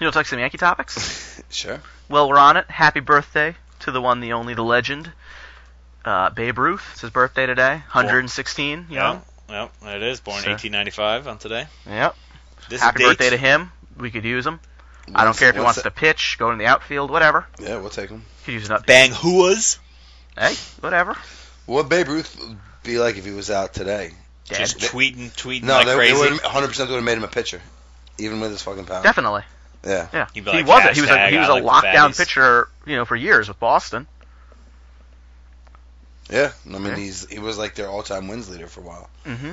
Speaker 3: You know, talk some Yankee topics.
Speaker 2: sure.
Speaker 3: Well, we're on it. Happy birthday to the one, the only, the legend, uh, Babe Ruth. It's his birthday today. 116. You know.
Speaker 1: Yeah. Well, there it is. Born
Speaker 3: Sure.
Speaker 1: 1895 on today.
Speaker 3: Yep.
Speaker 1: This
Speaker 3: Happy
Speaker 1: date,
Speaker 3: birthday to him. We could use him. I don't care if he wants to pitch, go in the outfield, whatever.
Speaker 2: Yeah, we'll take him.
Speaker 3: Could use an up.
Speaker 1: Bang Huas.
Speaker 3: Hey, whatever.
Speaker 2: What would Babe Ruth would be like if he was out today?
Speaker 3: Dead.
Speaker 1: Just tweeting, tweeting
Speaker 2: No,
Speaker 1: like
Speaker 2: they,
Speaker 1: crazy.
Speaker 2: would 100% would have made him a pitcher, even with his fucking power.
Speaker 3: Definitely.
Speaker 2: Yeah.
Speaker 3: Yeah.
Speaker 1: He'd be like,
Speaker 3: he was. A, he was. A,
Speaker 1: hashtag,
Speaker 3: he was
Speaker 1: I like
Speaker 3: a
Speaker 1: the
Speaker 3: lockdown
Speaker 1: fatties.
Speaker 3: pitcher. You know, for years with Boston.
Speaker 2: Yeah. I mean,
Speaker 3: Yeah.
Speaker 2: he's he was like their all-time wins leader for a while.
Speaker 3: Mm-hmm.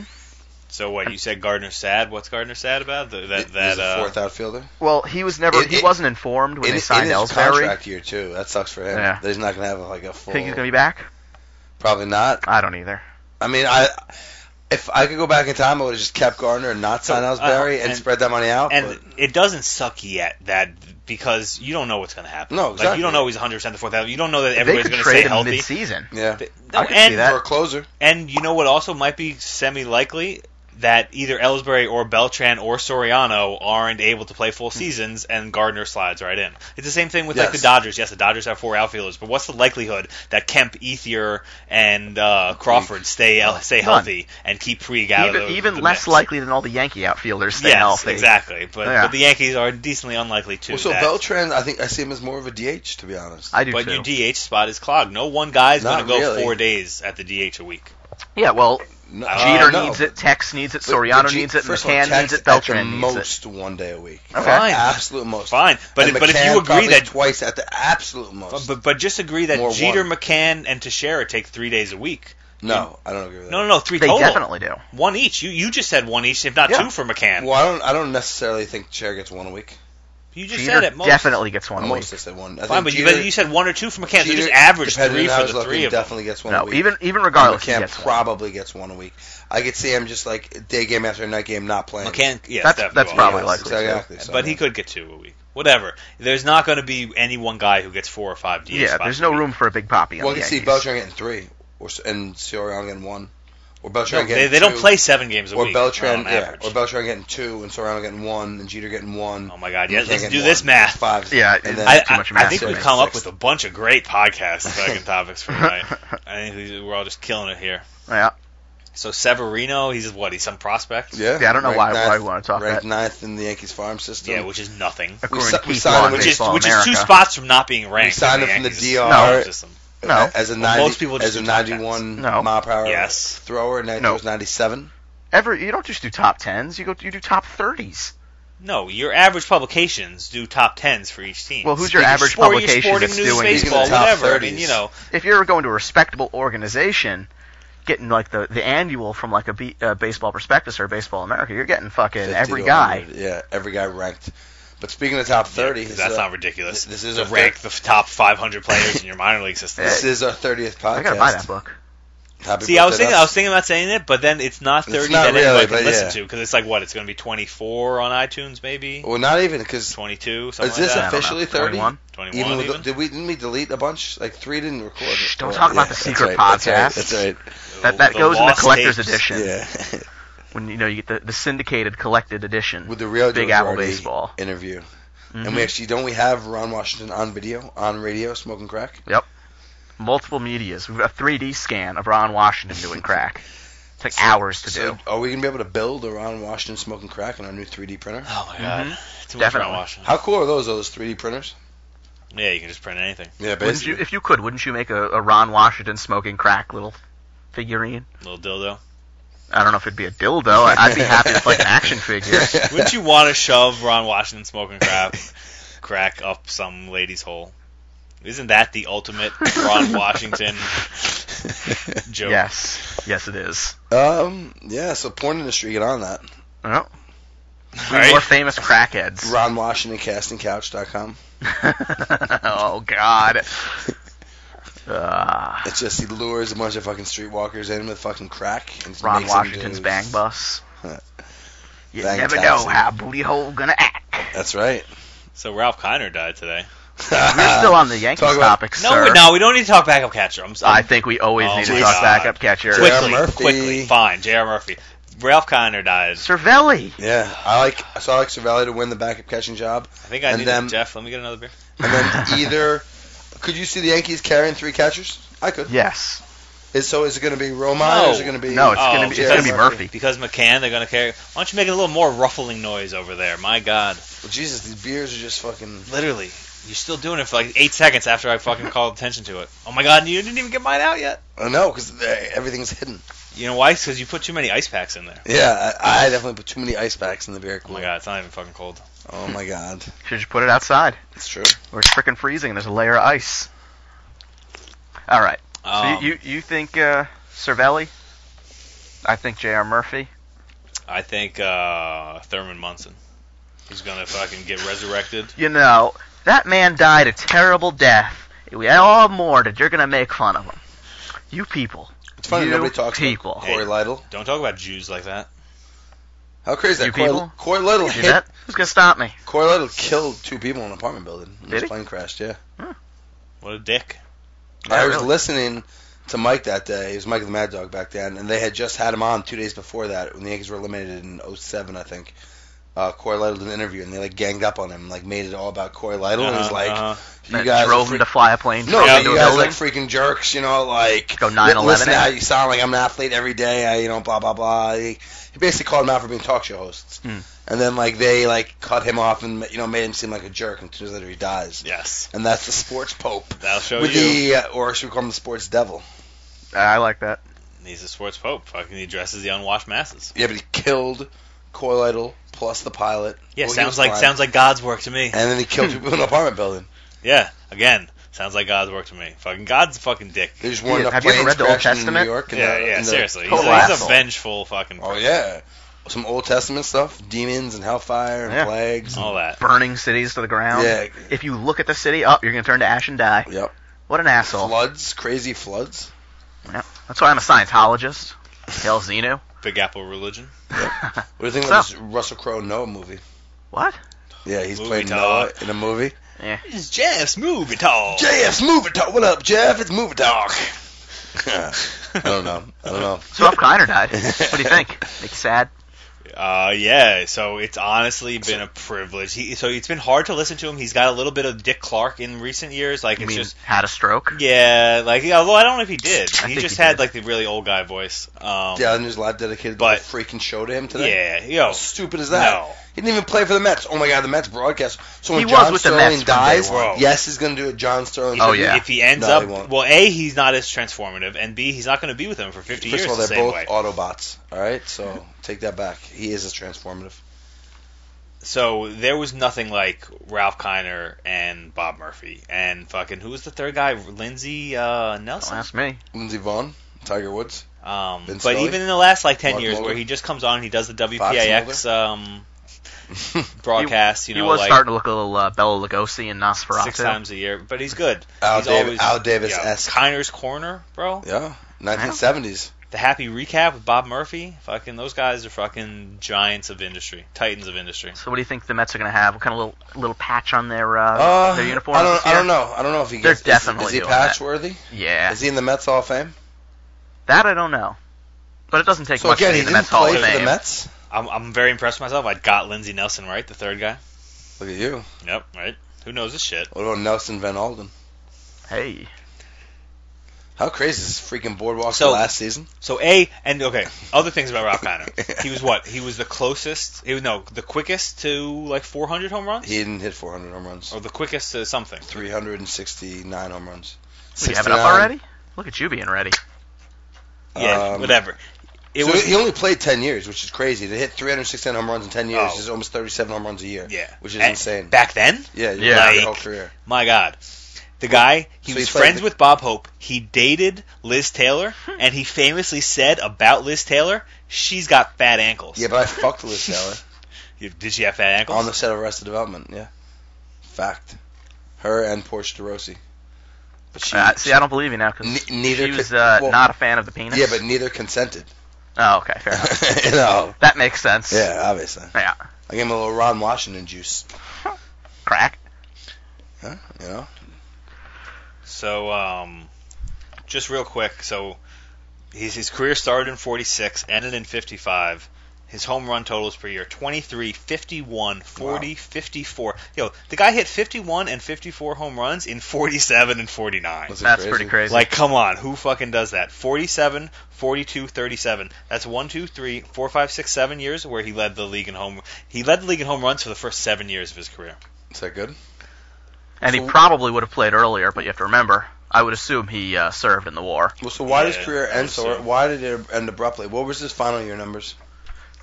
Speaker 1: So what you said? Gardner's sad. What's Gardner sad about? The, that that
Speaker 2: He's a fourth
Speaker 1: uh,
Speaker 2: outfielder.
Speaker 3: Well, he was never.
Speaker 2: It-
Speaker 3: he
Speaker 2: it-
Speaker 3: wasn't informed when
Speaker 2: in,
Speaker 3: they signed
Speaker 2: in his
Speaker 3: Ellsbury.
Speaker 2: contract year too. That sucks for him.
Speaker 3: Yeah.
Speaker 2: That he's not gonna have like a full.
Speaker 3: Think he's gonna be back?
Speaker 2: Probably not.
Speaker 3: I don't either.
Speaker 2: I mean, I if I could go back in time, I would have just kept Gardner and not
Speaker 1: So,
Speaker 2: signed
Speaker 1: uh,
Speaker 2: Ellsbury and,
Speaker 1: and-
Speaker 2: spread that money out.
Speaker 1: and it doesn't suck yet that because you don't know what's going to happen.
Speaker 2: No,
Speaker 1: like
Speaker 2: exactly.
Speaker 1: you don't know he's 100 percent the fourth outfielder. You don't know that
Speaker 3: they
Speaker 1: everybody's
Speaker 3: could
Speaker 1: going to
Speaker 3: trade
Speaker 1: stay
Speaker 3: him
Speaker 1: healthy.
Speaker 3: mid-season.
Speaker 2: but, yeah,
Speaker 1: Th-
Speaker 3: I
Speaker 1: No,
Speaker 3: could see
Speaker 1: and
Speaker 3: that.
Speaker 2: for a closer,
Speaker 1: And you know what also might be semi likely? That either Ellsbury or Beltran or Soriano aren't able to play full
Speaker 3: Hmm.
Speaker 1: seasons, and Gardner slides right in. It's the same thing with like the
Speaker 2: Yes.
Speaker 1: Dodgers. Yes, the Dodgers have four outfielders, but what's the likelihood that Kemp, Ethier, and uh, Crawford stay stay healthy and keep Puig out of
Speaker 3: Even,
Speaker 1: the,
Speaker 3: even
Speaker 1: the
Speaker 3: less
Speaker 1: mix?
Speaker 3: likely than all the Yankee outfielders stay
Speaker 1: yes,
Speaker 3: healthy.
Speaker 1: exactly. But,
Speaker 3: Yeah.
Speaker 1: but the Yankees are decently unlikely too.
Speaker 2: well, so
Speaker 1: that-
Speaker 2: Beltran, I think I see him as more of a DH to be honest.
Speaker 3: I do
Speaker 1: but
Speaker 3: too.
Speaker 1: your DH spot is clogged. No one guy is going to go
Speaker 2: Not really.
Speaker 1: four days at the DH a week.
Speaker 3: yeah, well,
Speaker 2: no,
Speaker 1: Uh,
Speaker 3: Jeter
Speaker 2: no.
Speaker 3: needs it, Tex needs it,
Speaker 2: But- but
Speaker 3: Soriano
Speaker 2: G-
Speaker 3: needs it,
Speaker 2: first of all,
Speaker 3: McCann
Speaker 2: Tex
Speaker 3: needs
Speaker 2: at
Speaker 3: it,
Speaker 2: the
Speaker 3: Beltran needs it.
Speaker 2: most one day a week.
Speaker 3: Okay.
Speaker 1: Fine.
Speaker 2: Absolute most.
Speaker 1: Fine, but
Speaker 2: And
Speaker 1: but if
Speaker 2: McCann
Speaker 1: you agree
Speaker 2: probably
Speaker 1: that
Speaker 2: twice at the absolute most.
Speaker 1: But, but just agree that
Speaker 2: More
Speaker 1: Jeter,
Speaker 2: water.
Speaker 1: McCann, and Teixeira take three days a week.
Speaker 2: no, I don't agree with that.
Speaker 1: No, no, no, three
Speaker 3: They
Speaker 1: total.
Speaker 3: definitely do.
Speaker 1: One each. You you just said one each, if not
Speaker 3: Yeah.
Speaker 1: two for McCann.
Speaker 2: Well, I don't. I don't necessarily think Chair gets one a week.
Speaker 1: You just
Speaker 3: Jeter
Speaker 1: said it most.
Speaker 3: definitely gets one a week.
Speaker 2: Most I said one. I
Speaker 1: Fine,
Speaker 2: think
Speaker 1: but, you,
Speaker 2: Jeter-
Speaker 1: but you said one or two for McCann. so
Speaker 2: Jeter,
Speaker 1: just average
Speaker 2: depending
Speaker 1: three
Speaker 2: on how
Speaker 1: for
Speaker 2: he's
Speaker 1: the
Speaker 2: looking,
Speaker 1: three of them.
Speaker 2: definitely gets one a
Speaker 3: No,
Speaker 2: week.
Speaker 3: even even regardless, he
Speaker 2: McCann
Speaker 3: gets one.
Speaker 2: probably gets one a week. I could see him just like day game after night game not playing.
Speaker 1: McCann, yeah,
Speaker 3: That's-
Speaker 1: definitely
Speaker 3: that's
Speaker 1: won't.
Speaker 3: probably
Speaker 2: Yes,
Speaker 3: likely,
Speaker 2: Exactly. So,
Speaker 1: But
Speaker 2: yeah.
Speaker 1: he could get two a week. Whatever. There's not going to be any one guy who gets four or five DH
Speaker 3: Yeah,
Speaker 1: spots
Speaker 3: there's
Speaker 1: a
Speaker 3: no
Speaker 1: week.
Speaker 3: room for a big poppy on
Speaker 2: Well,
Speaker 3: the
Speaker 2: you see
Speaker 3: Yankees.
Speaker 2: Beltran getting three, or s- and Soriano getting one, or
Speaker 1: No,
Speaker 2: Beltran getting
Speaker 1: they, they don't
Speaker 2: two,
Speaker 1: play seven games a
Speaker 2: Or
Speaker 1: week.
Speaker 2: Beltran,
Speaker 1: on
Speaker 2: yeah,
Speaker 1: average.
Speaker 2: or Beltran getting two, and Soriano getting one, and Jeter getting one.
Speaker 1: oh my God!
Speaker 2: and
Speaker 1: Yeah,
Speaker 2: McCann
Speaker 1: let's
Speaker 2: getting
Speaker 1: do this
Speaker 2: one.
Speaker 1: math.
Speaker 2: Five.
Speaker 3: Yeah,
Speaker 2: and then
Speaker 1: I,
Speaker 3: too
Speaker 1: I-
Speaker 3: much
Speaker 1: I
Speaker 3: math
Speaker 1: think
Speaker 3: to
Speaker 1: we've
Speaker 3: make.
Speaker 1: come up
Speaker 2: Six.
Speaker 1: with a bunch of great podcasts,
Speaker 3: <laughs>
Speaker 1: second topics for tonight. I think we- we're all just killing it here.
Speaker 3: yeah,
Speaker 1: So Severino, he's what? He's some prospect.
Speaker 2: yeah.
Speaker 3: Yeah, I don't know
Speaker 2: ranked
Speaker 3: why- why
Speaker 2: ninth-
Speaker 3: we wanna talk
Speaker 2: ranked
Speaker 3: that.
Speaker 2: ninth in the Yankees farm system.
Speaker 1: Yeah, which is nothing.
Speaker 3: according
Speaker 2: si-
Speaker 3: to
Speaker 2: we
Speaker 3: Keith
Speaker 2: signed
Speaker 3: Law
Speaker 2: him,
Speaker 3: in
Speaker 1: Which is
Speaker 3: Baseball
Speaker 1: which is
Speaker 3: America.
Speaker 1: two spots from not being ranked.
Speaker 2: We signed
Speaker 1: in
Speaker 2: him from the
Speaker 1: Yankees
Speaker 2: DR.
Speaker 1: farm system.
Speaker 3: No.
Speaker 2: as a 90,
Speaker 1: Well, most people just
Speaker 2: as a
Speaker 1: do top tens.
Speaker 2: 91
Speaker 3: No.
Speaker 2: mile per hour
Speaker 1: Yes.
Speaker 2: thrower, and that
Speaker 3: No.
Speaker 2: was 97.
Speaker 3: Every you don't just do top tens. You go you do top thirties.
Speaker 1: No, your average publications do top tens for each team.
Speaker 3: Well, who's your
Speaker 1: Speaking-
Speaker 3: average
Speaker 1: sport- your
Speaker 3: publication
Speaker 1: Sporting
Speaker 3: that's
Speaker 1: News,
Speaker 3: doing-
Speaker 1: baseball,
Speaker 2: Speaking of top
Speaker 1: whatever. I mean,
Speaker 2: 30s.
Speaker 1: you know,
Speaker 3: If you're going to a respectable organization, getting like the the annual from like a B, uh, baseball prospectus or Baseball America, you're getting fucking
Speaker 2: 50
Speaker 3: every
Speaker 2: to
Speaker 3: guy.
Speaker 2: 100. Yeah, every guy ranked. But speaking of top 30,
Speaker 1: yeah,
Speaker 2: this
Speaker 1: that's
Speaker 2: is
Speaker 1: not
Speaker 2: our,
Speaker 1: ridiculous.
Speaker 2: this is
Speaker 1: to
Speaker 2: a
Speaker 1: rank the top 500 players in your minor league system.
Speaker 2: this is our 30th podcast.
Speaker 3: I gotta buy that book.
Speaker 2: Happy
Speaker 1: See, I was
Speaker 2: birthday
Speaker 1: thinking,
Speaker 2: to
Speaker 1: I
Speaker 2: us.
Speaker 1: was thinking about saying it, but then it's not
Speaker 2: It's
Speaker 1: thirty
Speaker 2: not
Speaker 1: that anybody
Speaker 2: really,
Speaker 1: can
Speaker 2: but
Speaker 1: listen
Speaker 2: yeah.
Speaker 1: to because it's like what? It's going to be twenty four on iTunes, maybe
Speaker 2: Well, not even because
Speaker 1: twenty two, something
Speaker 2: is this
Speaker 1: like that.
Speaker 3: a-
Speaker 2: officially
Speaker 3: I don't know, 21?
Speaker 2: 30?
Speaker 1: Twenty
Speaker 2: Even
Speaker 1: one,
Speaker 2: with
Speaker 1: even.
Speaker 2: the- did we didn't we delete a bunch? Like three didn't record.
Speaker 3: Shh, don't
Speaker 2: Oh,
Speaker 3: talk about the
Speaker 2: that's
Speaker 3: secret
Speaker 2: right, that's right,
Speaker 3: podcast.
Speaker 2: That's right.
Speaker 3: That that
Speaker 1: The
Speaker 3: goes in the
Speaker 1: lost
Speaker 3: collector's
Speaker 1: tapes.
Speaker 3: edition.
Speaker 2: Yeah, <laughs>
Speaker 3: When you know you get the, the syndicated collected edition.
Speaker 2: with the real
Speaker 3: Big
Speaker 2: Joe
Speaker 3: Apple
Speaker 2: Girardi
Speaker 3: baseball.
Speaker 2: interview,
Speaker 3: Mhm.
Speaker 2: and we actually don't we have Ron Washington on video on radio smoking crack?
Speaker 3: multiple medias. We've got a 3D scan of Ron
Speaker 2: <laughs>
Speaker 3: Washington doing crack. It's like hours to
Speaker 2: So
Speaker 3: do.
Speaker 2: are we gonna be able to build a Ron Washington smoking crack on our new 3D printer?
Speaker 1: Oh my
Speaker 2: Mm-hmm.
Speaker 1: god, too much
Speaker 3: Definitely.
Speaker 1: Ron Washington.
Speaker 2: How cool are those? Those 3D printers?
Speaker 1: Yeah, you can just print anything.
Speaker 2: Yeah,
Speaker 3: Wouldn't you, if you could, wouldn't you make a, a Ron Washington smoking crack little figurine?
Speaker 1: Little
Speaker 2: <laughs>
Speaker 1: dildo.
Speaker 3: I don't know if it'd be a dildo. I- I'd be happy with like an action
Speaker 2: <laughs>
Speaker 3: figure.
Speaker 1: Wouldn't you want to shove Ron Washington smoking crap crack up some lady's hole? Isn't that the ultimate
Speaker 2: <laughs>
Speaker 1: Ron Washington joke?
Speaker 3: Yes, yes, it is.
Speaker 2: um, yeah. So porn industry, get on that.
Speaker 3: Well,
Speaker 1: All
Speaker 3: we
Speaker 1: right.
Speaker 3: more famous crackheads.
Speaker 2: Ron Washington castingcouch.com.
Speaker 3: <laughs> oh God. Uh,
Speaker 2: It's just he lures a bunch of fucking streetwalkers in with fucking crack. And just
Speaker 3: Ron
Speaker 2: makes them
Speaker 3: Washington's
Speaker 2: do-
Speaker 3: bang bus. You
Speaker 2: Bang
Speaker 3: never know
Speaker 2: taxi.
Speaker 3: how booty hole gonna act.
Speaker 2: That's right.
Speaker 1: So Ralph Kiner died today.
Speaker 2: <laughs>
Speaker 3: We're still on the Yankees
Speaker 2: Talk about-
Speaker 3: topic,
Speaker 1: No,
Speaker 3: sir.
Speaker 1: we're- no, we don't need to talk backup catcher. I'm sorry.
Speaker 3: I think we always
Speaker 1: Oh
Speaker 3: need to
Speaker 1: my
Speaker 3: talk
Speaker 1: God.
Speaker 3: backup catcher.
Speaker 2: Quick.
Speaker 1: quickly,
Speaker 2: J.R. Murphy.
Speaker 1: quickly. Fine, J.R. Murphy. Ralph Kiner dies.
Speaker 3: Cervelli.
Speaker 2: Yeah, I like so I like Cervelli to win the backup catching job,
Speaker 1: I think I
Speaker 2: And
Speaker 1: need
Speaker 2: then-
Speaker 1: Jeff. Let me get another beer.
Speaker 3: <laughs>
Speaker 2: and then either could you see the Yankees carrying three catchers? I could.
Speaker 3: Yes.
Speaker 2: Is, so is it going to be Romine? Or is it
Speaker 1: No.
Speaker 2: going to be
Speaker 3: No, it's gonna
Speaker 1: Oh,
Speaker 3: be it's
Speaker 1: Jerry
Speaker 3: gonna be
Speaker 2: Murphy.
Speaker 3: Murphy.
Speaker 1: Because McCann, they're going to carry. Why don't you make it a little more ruffling noise over there? My God.
Speaker 2: Well, Jesus, these beers are just fucking.
Speaker 1: Literally. You're still doing it for like eight seconds after I fucking called attention to it. Oh my God, you didn't even get mine out yet.
Speaker 2: Oh no, because everything's hidden.
Speaker 1: You know why? Because you put too many ice packs in there.
Speaker 2: Yeah, I, I definitely put too many ice packs in the beer
Speaker 1: Oh my
Speaker 2: cooler.
Speaker 1: God, it's not even fucking cold.
Speaker 2: Oh my god,
Speaker 3: Should just put it outside
Speaker 2: it's true.
Speaker 3: where it's freaking freezing and there's a layer of ice. All right.
Speaker 1: Um,
Speaker 3: so you you, you think uh, Cervelli? I think J.R. Murphy.
Speaker 1: I think uh, Thurman Munson. He's gonna fucking get resurrected.
Speaker 3: You know, that man died a terrible death. We all mourned it. You're going to make fun of him. You people.
Speaker 2: It's funny
Speaker 3: You
Speaker 2: nobody talks
Speaker 3: people.
Speaker 2: about Corey
Speaker 1: Hey.
Speaker 2: Lytle.
Speaker 1: Don't talk about Jews like that.
Speaker 2: How crazy
Speaker 3: You
Speaker 2: is that Corey,
Speaker 3: people?
Speaker 2: Corey Lytle
Speaker 3: You
Speaker 2: hit
Speaker 3: bet. Who's going to stop me?
Speaker 2: Corey Lytle killed two people in an apartment building. when
Speaker 3: Did
Speaker 2: His
Speaker 3: he?
Speaker 2: plane crashed. Yeah.
Speaker 1: What a dick.
Speaker 3: Yeah,
Speaker 2: I was
Speaker 3: really.
Speaker 2: listening to Mike that day. It was Mike the Mad Dog back then, and they had just had him on two days before that when the Yankees were eliminated in 07, I think. Uh, Corey Lytle did an interview, and they like ganged up on him, and, like made it all about Corey Lytle, and he's
Speaker 1: Uh-huh,
Speaker 2: like,
Speaker 1: uh-huh.
Speaker 2: "You
Speaker 3: Uh, That
Speaker 2: guys,
Speaker 3: drove
Speaker 2: are
Speaker 3: him to fly a plane.
Speaker 2: no,
Speaker 3: drove
Speaker 1: Yeah,
Speaker 3: him to
Speaker 2: you
Speaker 3: a
Speaker 2: guys are
Speaker 3: building.
Speaker 2: like freaking jerks, you know, like
Speaker 3: Go eh? 9/11.
Speaker 2: Listen, to how you sound like I'm an athlete every day, I, you know, blah blah blah. He, he basically called him out for being talk show hosts,
Speaker 3: Hmm.
Speaker 2: and then like they like cut him off and you know made him seem like a jerk, and two days later he dies,
Speaker 1: Yes.
Speaker 2: and that's the sports pope
Speaker 1: That'll show
Speaker 2: with
Speaker 1: you.
Speaker 2: the uh, or should we call him the sports devil?
Speaker 3: I like that.
Speaker 1: He's a sports pope. Fucking he addresses the unwashed masses.
Speaker 2: Yeah, but he killed Coil Idol plus the pilot.
Speaker 1: Yeah,
Speaker 2: Well, he was
Speaker 1: sounds like
Speaker 2: fine.
Speaker 1: sounds like God's work to me.
Speaker 2: And then he
Speaker 1: Hmm.
Speaker 2: killed people in an apartment building.
Speaker 1: Yeah. Again, sounds like God's work to me. Fucking God's a fucking dick.
Speaker 2: They just weren't
Speaker 3: Yeah,
Speaker 2: enough
Speaker 3: have you ever
Speaker 2: planes
Speaker 3: read the Old
Speaker 2: crashing in
Speaker 3: Testament?
Speaker 2: New York. And
Speaker 1: Yeah,
Speaker 2: the,
Speaker 1: yeah,
Speaker 2: and the-
Speaker 1: seriously. He's,
Speaker 3: total
Speaker 1: a, he's a
Speaker 3: asshole.
Speaker 1: vengeful fucking
Speaker 2: oh
Speaker 1: prick.
Speaker 2: yeah, some Old Testament stuff, demons and hellfire and
Speaker 3: Yeah.
Speaker 2: plagues.
Speaker 1: All that.
Speaker 3: Burning cities to the ground.
Speaker 2: Yeah.
Speaker 3: If you look at the city, up, you're going to turn to ash and die.
Speaker 2: Yep.
Speaker 3: What an asshole.
Speaker 2: Floods, crazy floods.
Speaker 3: That's why I'm a Scientologist. Hell, Zeno.
Speaker 1: Big Apple religion.
Speaker 2: What do you think about
Speaker 3: What's
Speaker 2: this Russell Crowe Noah movie?
Speaker 3: <laughs> What?
Speaker 2: Yeah, he's
Speaker 1: Movie
Speaker 2: playing
Speaker 1: talk. Oh.
Speaker 2: Noah in a movie.
Speaker 1: It's Jeff's movie talk.
Speaker 2: JF's movie talk. What up, Jeff? It's movie talk. <laughs> I don't know. I don't know.
Speaker 3: So Rob Kiner died.
Speaker 2: <laughs>
Speaker 3: What do you think? Make you sad?
Speaker 1: Uh, yeah. So it's honestly been a privilege. He, so it's been hard to listen to him. He's got a little bit of Dick Clark in recent years. Like
Speaker 3: You
Speaker 1: it's
Speaker 3: mean
Speaker 1: just
Speaker 3: had a stroke?
Speaker 1: yeah. Like although I don't know if he did.
Speaker 3: I
Speaker 1: He
Speaker 3: think
Speaker 1: just
Speaker 3: he
Speaker 1: had
Speaker 3: did.
Speaker 1: like the really old guy voice. Um,
Speaker 2: Yeah, and there's a lot dedicated to the
Speaker 1: But-
Speaker 2: freaking show to him today.
Speaker 1: yeah. Yo.
Speaker 2: How stupid is that?
Speaker 1: No.
Speaker 2: He didn't even play for the Mets. Oh my God, the Mets broadcast. So when
Speaker 3: He was
Speaker 2: John
Speaker 3: with the
Speaker 2: Sterling
Speaker 3: Mets from
Speaker 2: dies,
Speaker 3: day
Speaker 1: one.
Speaker 2: yes, he's going to do a John Sterling.
Speaker 3: Oh,
Speaker 2: tribute.
Speaker 3: yeah.
Speaker 1: If he ends
Speaker 2: No, he
Speaker 1: up
Speaker 2: won't.
Speaker 1: well, a he's not as transformative, and b he's not going to be with him for 50 years
Speaker 2: First of all,
Speaker 1: the
Speaker 2: they're
Speaker 1: same
Speaker 2: both
Speaker 1: way.
Speaker 2: Autobots. All right, so take that back. He is as transformative.
Speaker 1: so there was nothing like Ralph Kiner and Bob Murphy and fucking who was the third guy? Lindsey uh,
Speaker 3: Don't
Speaker 1: Nelson.
Speaker 3: ask me.
Speaker 2: Lindsey Vaughn, Tiger Woods.
Speaker 1: <laughs> Um, but
Speaker 2: Vince Scully?
Speaker 1: even in the last like ten
Speaker 2: Mark
Speaker 1: years,
Speaker 2: Mulder?
Speaker 1: where he just comes on, he does the WPAX um, broadcast. you know,
Speaker 3: he was
Speaker 1: like
Speaker 3: starting to look a little uh, Bella Lugosi and Nosferatu.
Speaker 1: six times a year, but he's good.
Speaker 2: Al,
Speaker 1: he's
Speaker 2: Dav-
Speaker 1: always
Speaker 2: Al Davis
Speaker 1: yeah,
Speaker 2: esque.
Speaker 1: Kiner's Corner, bro.
Speaker 2: Yeah, 1970s.
Speaker 1: The Happy Recap with Bob Murphy. Fucking those guys are fucking giants of industry, titans of industry.
Speaker 3: So what do you think the Mets are going to have? What kind of little little patch on their uh,
Speaker 2: Uh,
Speaker 3: their uniforms?
Speaker 2: I don't.
Speaker 3: this
Speaker 2: I
Speaker 3: year?
Speaker 2: don't know. I don't know if he
Speaker 3: They're
Speaker 2: gets. is-
Speaker 3: definitely
Speaker 2: Is, he
Speaker 3: doing
Speaker 2: patch
Speaker 3: that.
Speaker 2: worthy?
Speaker 3: Yeah,
Speaker 2: Is he in the Mets Hall of Fame?
Speaker 3: that I don't know. But it doesn't take
Speaker 2: So
Speaker 3: much
Speaker 2: again,
Speaker 3: to
Speaker 2: he
Speaker 3: be in the Mets
Speaker 2: didn't
Speaker 3: Hall
Speaker 2: play
Speaker 3: of
Speaker 2: for
Speaker 3: Fame.
Speaker 2: the Mets.
Speaker 1: I'm, I'm very impressed with myself. I got Lindsey Nelson right, the third guy.
Speaker 2: Look at you.
Speaker 1: Yep, right. Who knows this shit?
Speaker 2: What about Nelson Van Alden?
Speaker 3: Hey,
Speaker 2: How crazy is this freaking boardwalk
Speaker 1: So-
Speaker 2: so, last season?
Speaker 1: So a and okay, other things about Ralph
Speaker 2: <laughs>
Speaker 1: Kiner. He was what? He was the closest. He was no the quickest to like 400 home runs.
Speaker 2: He didn't hit 400 home runs.
Speaker 1: or the quickest to something.
Speaker 2: 369 home runs.
Speaker 3: what, you have it up
Speaker 2: 69.
Speaker 3: already? Look at you being ready.
Speaker 1: Yeah,
Speaker 2: Um,
Speaker 1: whatever. It
Speaker 2: so
Speaker 1: was
Speaker 2: he only played 10 years, which is crazy. To hit 369 home runs in 10 years
Speaker 1: Oh.
Speaker 2: is almost 37 home runs a year,
Speaker 1: yeah,
Speaker 2: which is
Speaker 1: And
Speaker 2: insane.
Speaker 1: Back then,
Speaker 2: yeah, you
Speaker 3: Yeah.
Speaker 2: yeah, your whole
Speaker 1: Like-
Speaker 2: career.
Speaker 1: my God, the guy he
Speaker 2: So
Speaker 1: was
Speaker 2: he played
Speaker 1: friends
Speaker 2: the-
Speaker 1: with Bob Hope. He dated Liz Taylor, and he famously said about Liz Taylor, "She's got fat ankles."
Speaker 2: Yeah, but I fucked Liz Taylor
Speaker 3: <laughs>
Speaker 1: You- Did she have fat ankles?
Speaker 2: on the set of Arrested Development. Yeah, fact. Her and Portia de Rossi. But she,
Speaker 3: Uh, see, I don't believe you now because
Speaker 2: Ne- neither
Speaker 3: she was
Speaker 2: could-
Speaker 3: uh,
Speaker 2: well-
Speaker 3: not a fan of the penis.
Speaker 2: yeah, but neither consented.
Speaker 3: oh, okay, fair
Speaker 2: <laughs>
Speaker 3: enough.
Speaker 2: you know.
Speaker 3: That makes sense.
Speaker 2: Yeah, obviously.
Speaker 3: Yeah.
Speaker 2: I gave him a little Ron Washington juice.
Speaker 3: Crack.
Speaker 2: Huh? You know.
Speaker 1: So, um, just real quick. So, his, his career started in 46, ended in 55. His home run totals per year 23, 51, 40, 54. Yo, the guy hit 51 and 54 home runs in 47 and 49.
Speaker 2: That's
Speaker 3: That's pretty crazy.
Speaker 1: Like, come on, who fucking does that? 47, 42, 37. That's one, two, three, four, five, six, seven years where he led the league in home. He led the league in home runs for the first seven years of his career.
Speaker 2: Is that good?
Speaker 3: and he probably would have played earlier, but you have to remember, I would assume he uh, served in the war.
Speaker 2: Well, so why
Speaker 1: Yeah,
Speaker 2: does career
Speaker 1: I
Speaker 2: end
Speaker 1: would
Speaker 2: so?
Speaker 1: say.
Speaker 2: Why did it end abruptly? What was his final year numbers?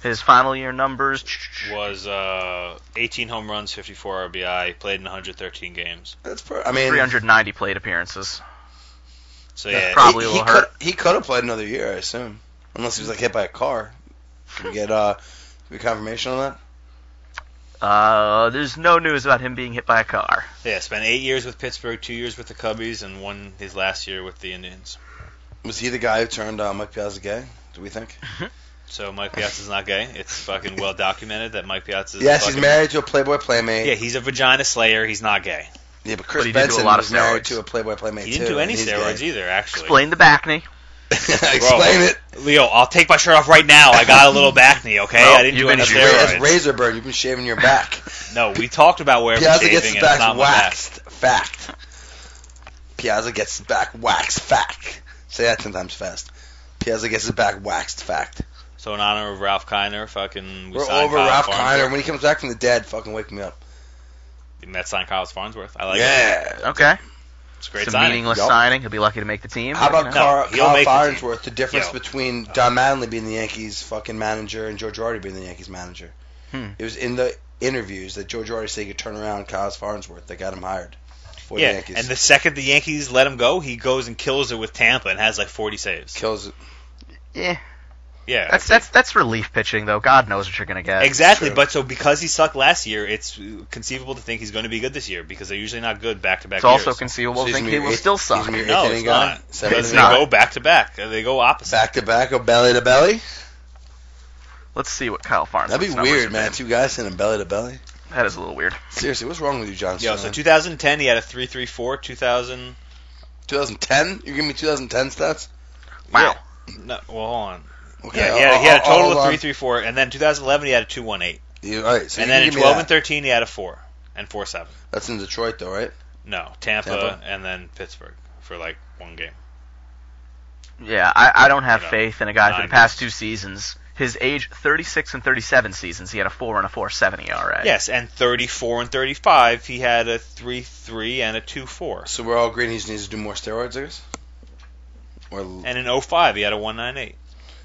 Speaker 3: His final year numbers.
Speaker 1: was uh, 18 home runs, 54 RBI, played in 113 games.
Speaker 2: That's per- I mean,
Speaker 3: 390 plate appearances.
Speaker 1: So
Speaker 2: that's
Speaker 1: yeah,
Speaker 3: probably a
Speaker 2: he,
Speaker 3: little
Speaker 2: he
Speaker 3: hurt.
Speaker 2: Could, he could have played another year, I assume, unless he was like hit by a car. Can we get uh, can we get confirmation on that?
Speaker 3: Uh, there's no news about him being hit by a car.
Speaker 1: Yeah, spent eight years with Pittsburgh, two years with the Cubbies, and one his last year with the Indians.
Speaker 2: Was he the guy who turned uh, Mike Piazza gay? Do we think?
Speaker 1: So Mike Piazza's not gay. It's fucking well documented that Mike Piazza.
Speaker 2: yes, he's married to a Playboy playmate.
Speaker 1: Yeah, he's a vagina slayer. He's not gay.
Speaker 2: Yeah, but Chris
Speaker 3: But he did do a
Speaker 2: Benson
Speaker 3: lot of
Speaker 2: was married
Speaker 3: steroids.
Speaker 2: to a Playboy playmate
Speaker 1: He didn't
Speaker 2: too,
Speaker 1: do any
Speaker 2: and he's gay.
Speaker 1: steroids either, actually.
Speaker 3: Explain the back knee.
Speaker 2: <laughs> Explain it.
Speaker 1: Leo, I'll take my shirt off right now. I got a little back knee, okay?
Speaker 3: Well,
Speaker 1: I didn't
Speaker 3: you've
Speaker 1: do
Speaker 3: been
Speaker 1: any
Speaker 3: shaving.
Speaker 1: steroids.
Speaker 2: That's razor burn. You've been shaving your back.
Speaker 1: no, we talked about where
Speaker 2: Piazza
Speaker 1: shaving
Speaker 2: gets
Speaker 1: and
Speaker 2: his
Speaker 1: it's
Speaker 2: back
Speaker 1: not my back.
Speaker 2: waxed. Fact. Piazza gets his back waxed. Fact. Say that ten times fast. Piazza gets his back waxed. Fact.
Speaker 1: So in honor of Ralph Kiner, fucking we
Speaker 2: We're
Speaker 1: signed
Speaker 2: over
Speaker 1: Kyle
Speaker 2: Ralph
Speaker 1: Farnsworth.
Speaker 2: Kiner. When he comes back from the dead, fucking wake me up.
Speaker 1: The Mets signed Kyle Farnsworth. I like it.
Speaker 2: yeah.
Speaker 3: Okay.
Speaker 1: It's a great
Speaker 3: Some
Speaker 1: signing.
Speaker 3: meaningless
Speaker 2: Yup.
Speaker 3: signing. He'll be lucky to make the team.
Speaker 2: How
Speaker 3: but,
Speaker 2: about
Speaker 3: you know.
Speaker 2: Carl,
Speaker 1: he'll
Speaker 2: Carl
Speaker 1: make the
Speaker 2: Farnsworth? The, difference
Speaker 1: Yo.
Speaker 2: between Don Mattingly being the Yankees' fucking manager and George Girardi being the Yankees' manager.
Speaker 3: Hmm.
Speaker 2: It was in the interviews that George Girardi said he could turn around Kyle Farnsworth. They got him hired for the
Speaker 1: yeah,
Speaker 2: Yankees.
Speaker 1: and the second the Yankees let him go, he goes and kills it with Tampa and has like 40 saves.
Speaker 2: kills it.
Speaker 3: Yeah,
Speaker 1: yeah,
Speaker 3: that's that's that's relief pitching though. God knows what you're gonna get.
Speaker 1: exactly.
Speaker 2: true.
Speaker 1: But so because he sucked last year, it's conceivable to think he's going to be good this year because they're usually not good back to back.
Speaker 3: It's also
Speaker 1: years.
Speaker 3: conceivable
Speaker 2: So
Speaker 3: to
Speaker 2: he's
Speaker 3: think
Speaker 2: gonna
Speaker 3: he
Speaker 2: be
Speaker 3: will
Speaker 2: eighth-
Speaker 3: still
Speaker 2: he's
Speaker 3: suck.
Speaker 2: gonna be
Speaker 1: no,
Speaker 2: eighth
Speaker 1: it's
Speaker 2: inning guy,
Speaker 1: not.
Speaker 2: seventh
Speaker 1: Because they
Speaker 2: inning guy.
Speaker 1: go back to back. They go opposite.
Speaker 2: back to back or belly to belly.
Speaker 3: Let's see what Kyle Farnsworth.
Speaker 2: That'd be weird, man. Two guys in a belly to belly.
Speaker 3: That is a little weird.
Speaker 2: Seriously, what's wrong with you, John?
Speaker 1: Yo,
Speaker 2: Sterling?
Speaker 1: so 2010 he had a 334. 2000.
Speaker 2: 2010? You're giving me 2010 stats?
Speaker 3: Wow.
Speaker 1: No, well, hold on.
Speaker 2: Okay,
Speaker 1: Yeah,
Speaker 2: I'll-
Speaker 1: he had, he had a
Speaker 2: I'll- I'll
Speaker 1: total
Speaker 2: hold
Speaker 1: of
Speaker 2: on.
Speaker 1: three, three, four, and then 2011 he had a two, one, eight,
Speaker 2: You, all right, so
Speaker 1: and
Speaker 2: you can
Speaker 1: then in
Speaker 2: give me
Speaker 1: 12
Speaker 2: that.
Speaker 1: and 13 he had a four and four, seven.
Speaker 2: That's in Detroit, though, right?
Speaker 1: No, Tampa,
Speaker 2: Tampa.
Speaker 1: and then Pittsburgh for like one game.
Speaker 3: Yeah, I, I don't have
Speaker 1: Yeah.
Speaker 3: faith in a guy for
Speaker 1: Nine.
Speaker 3: the past two seasons. His age 36 and 37 seasons, he had a four and a four seven ERA.
Speaker 1: Yes, and 34 and 35 he had a three, three, and a two, four.
Speaker 2: So we're all agreeing he just needs to do more steroids, I guess? Or l-
Speaker 1: And in 05 he had a one, nine, eight.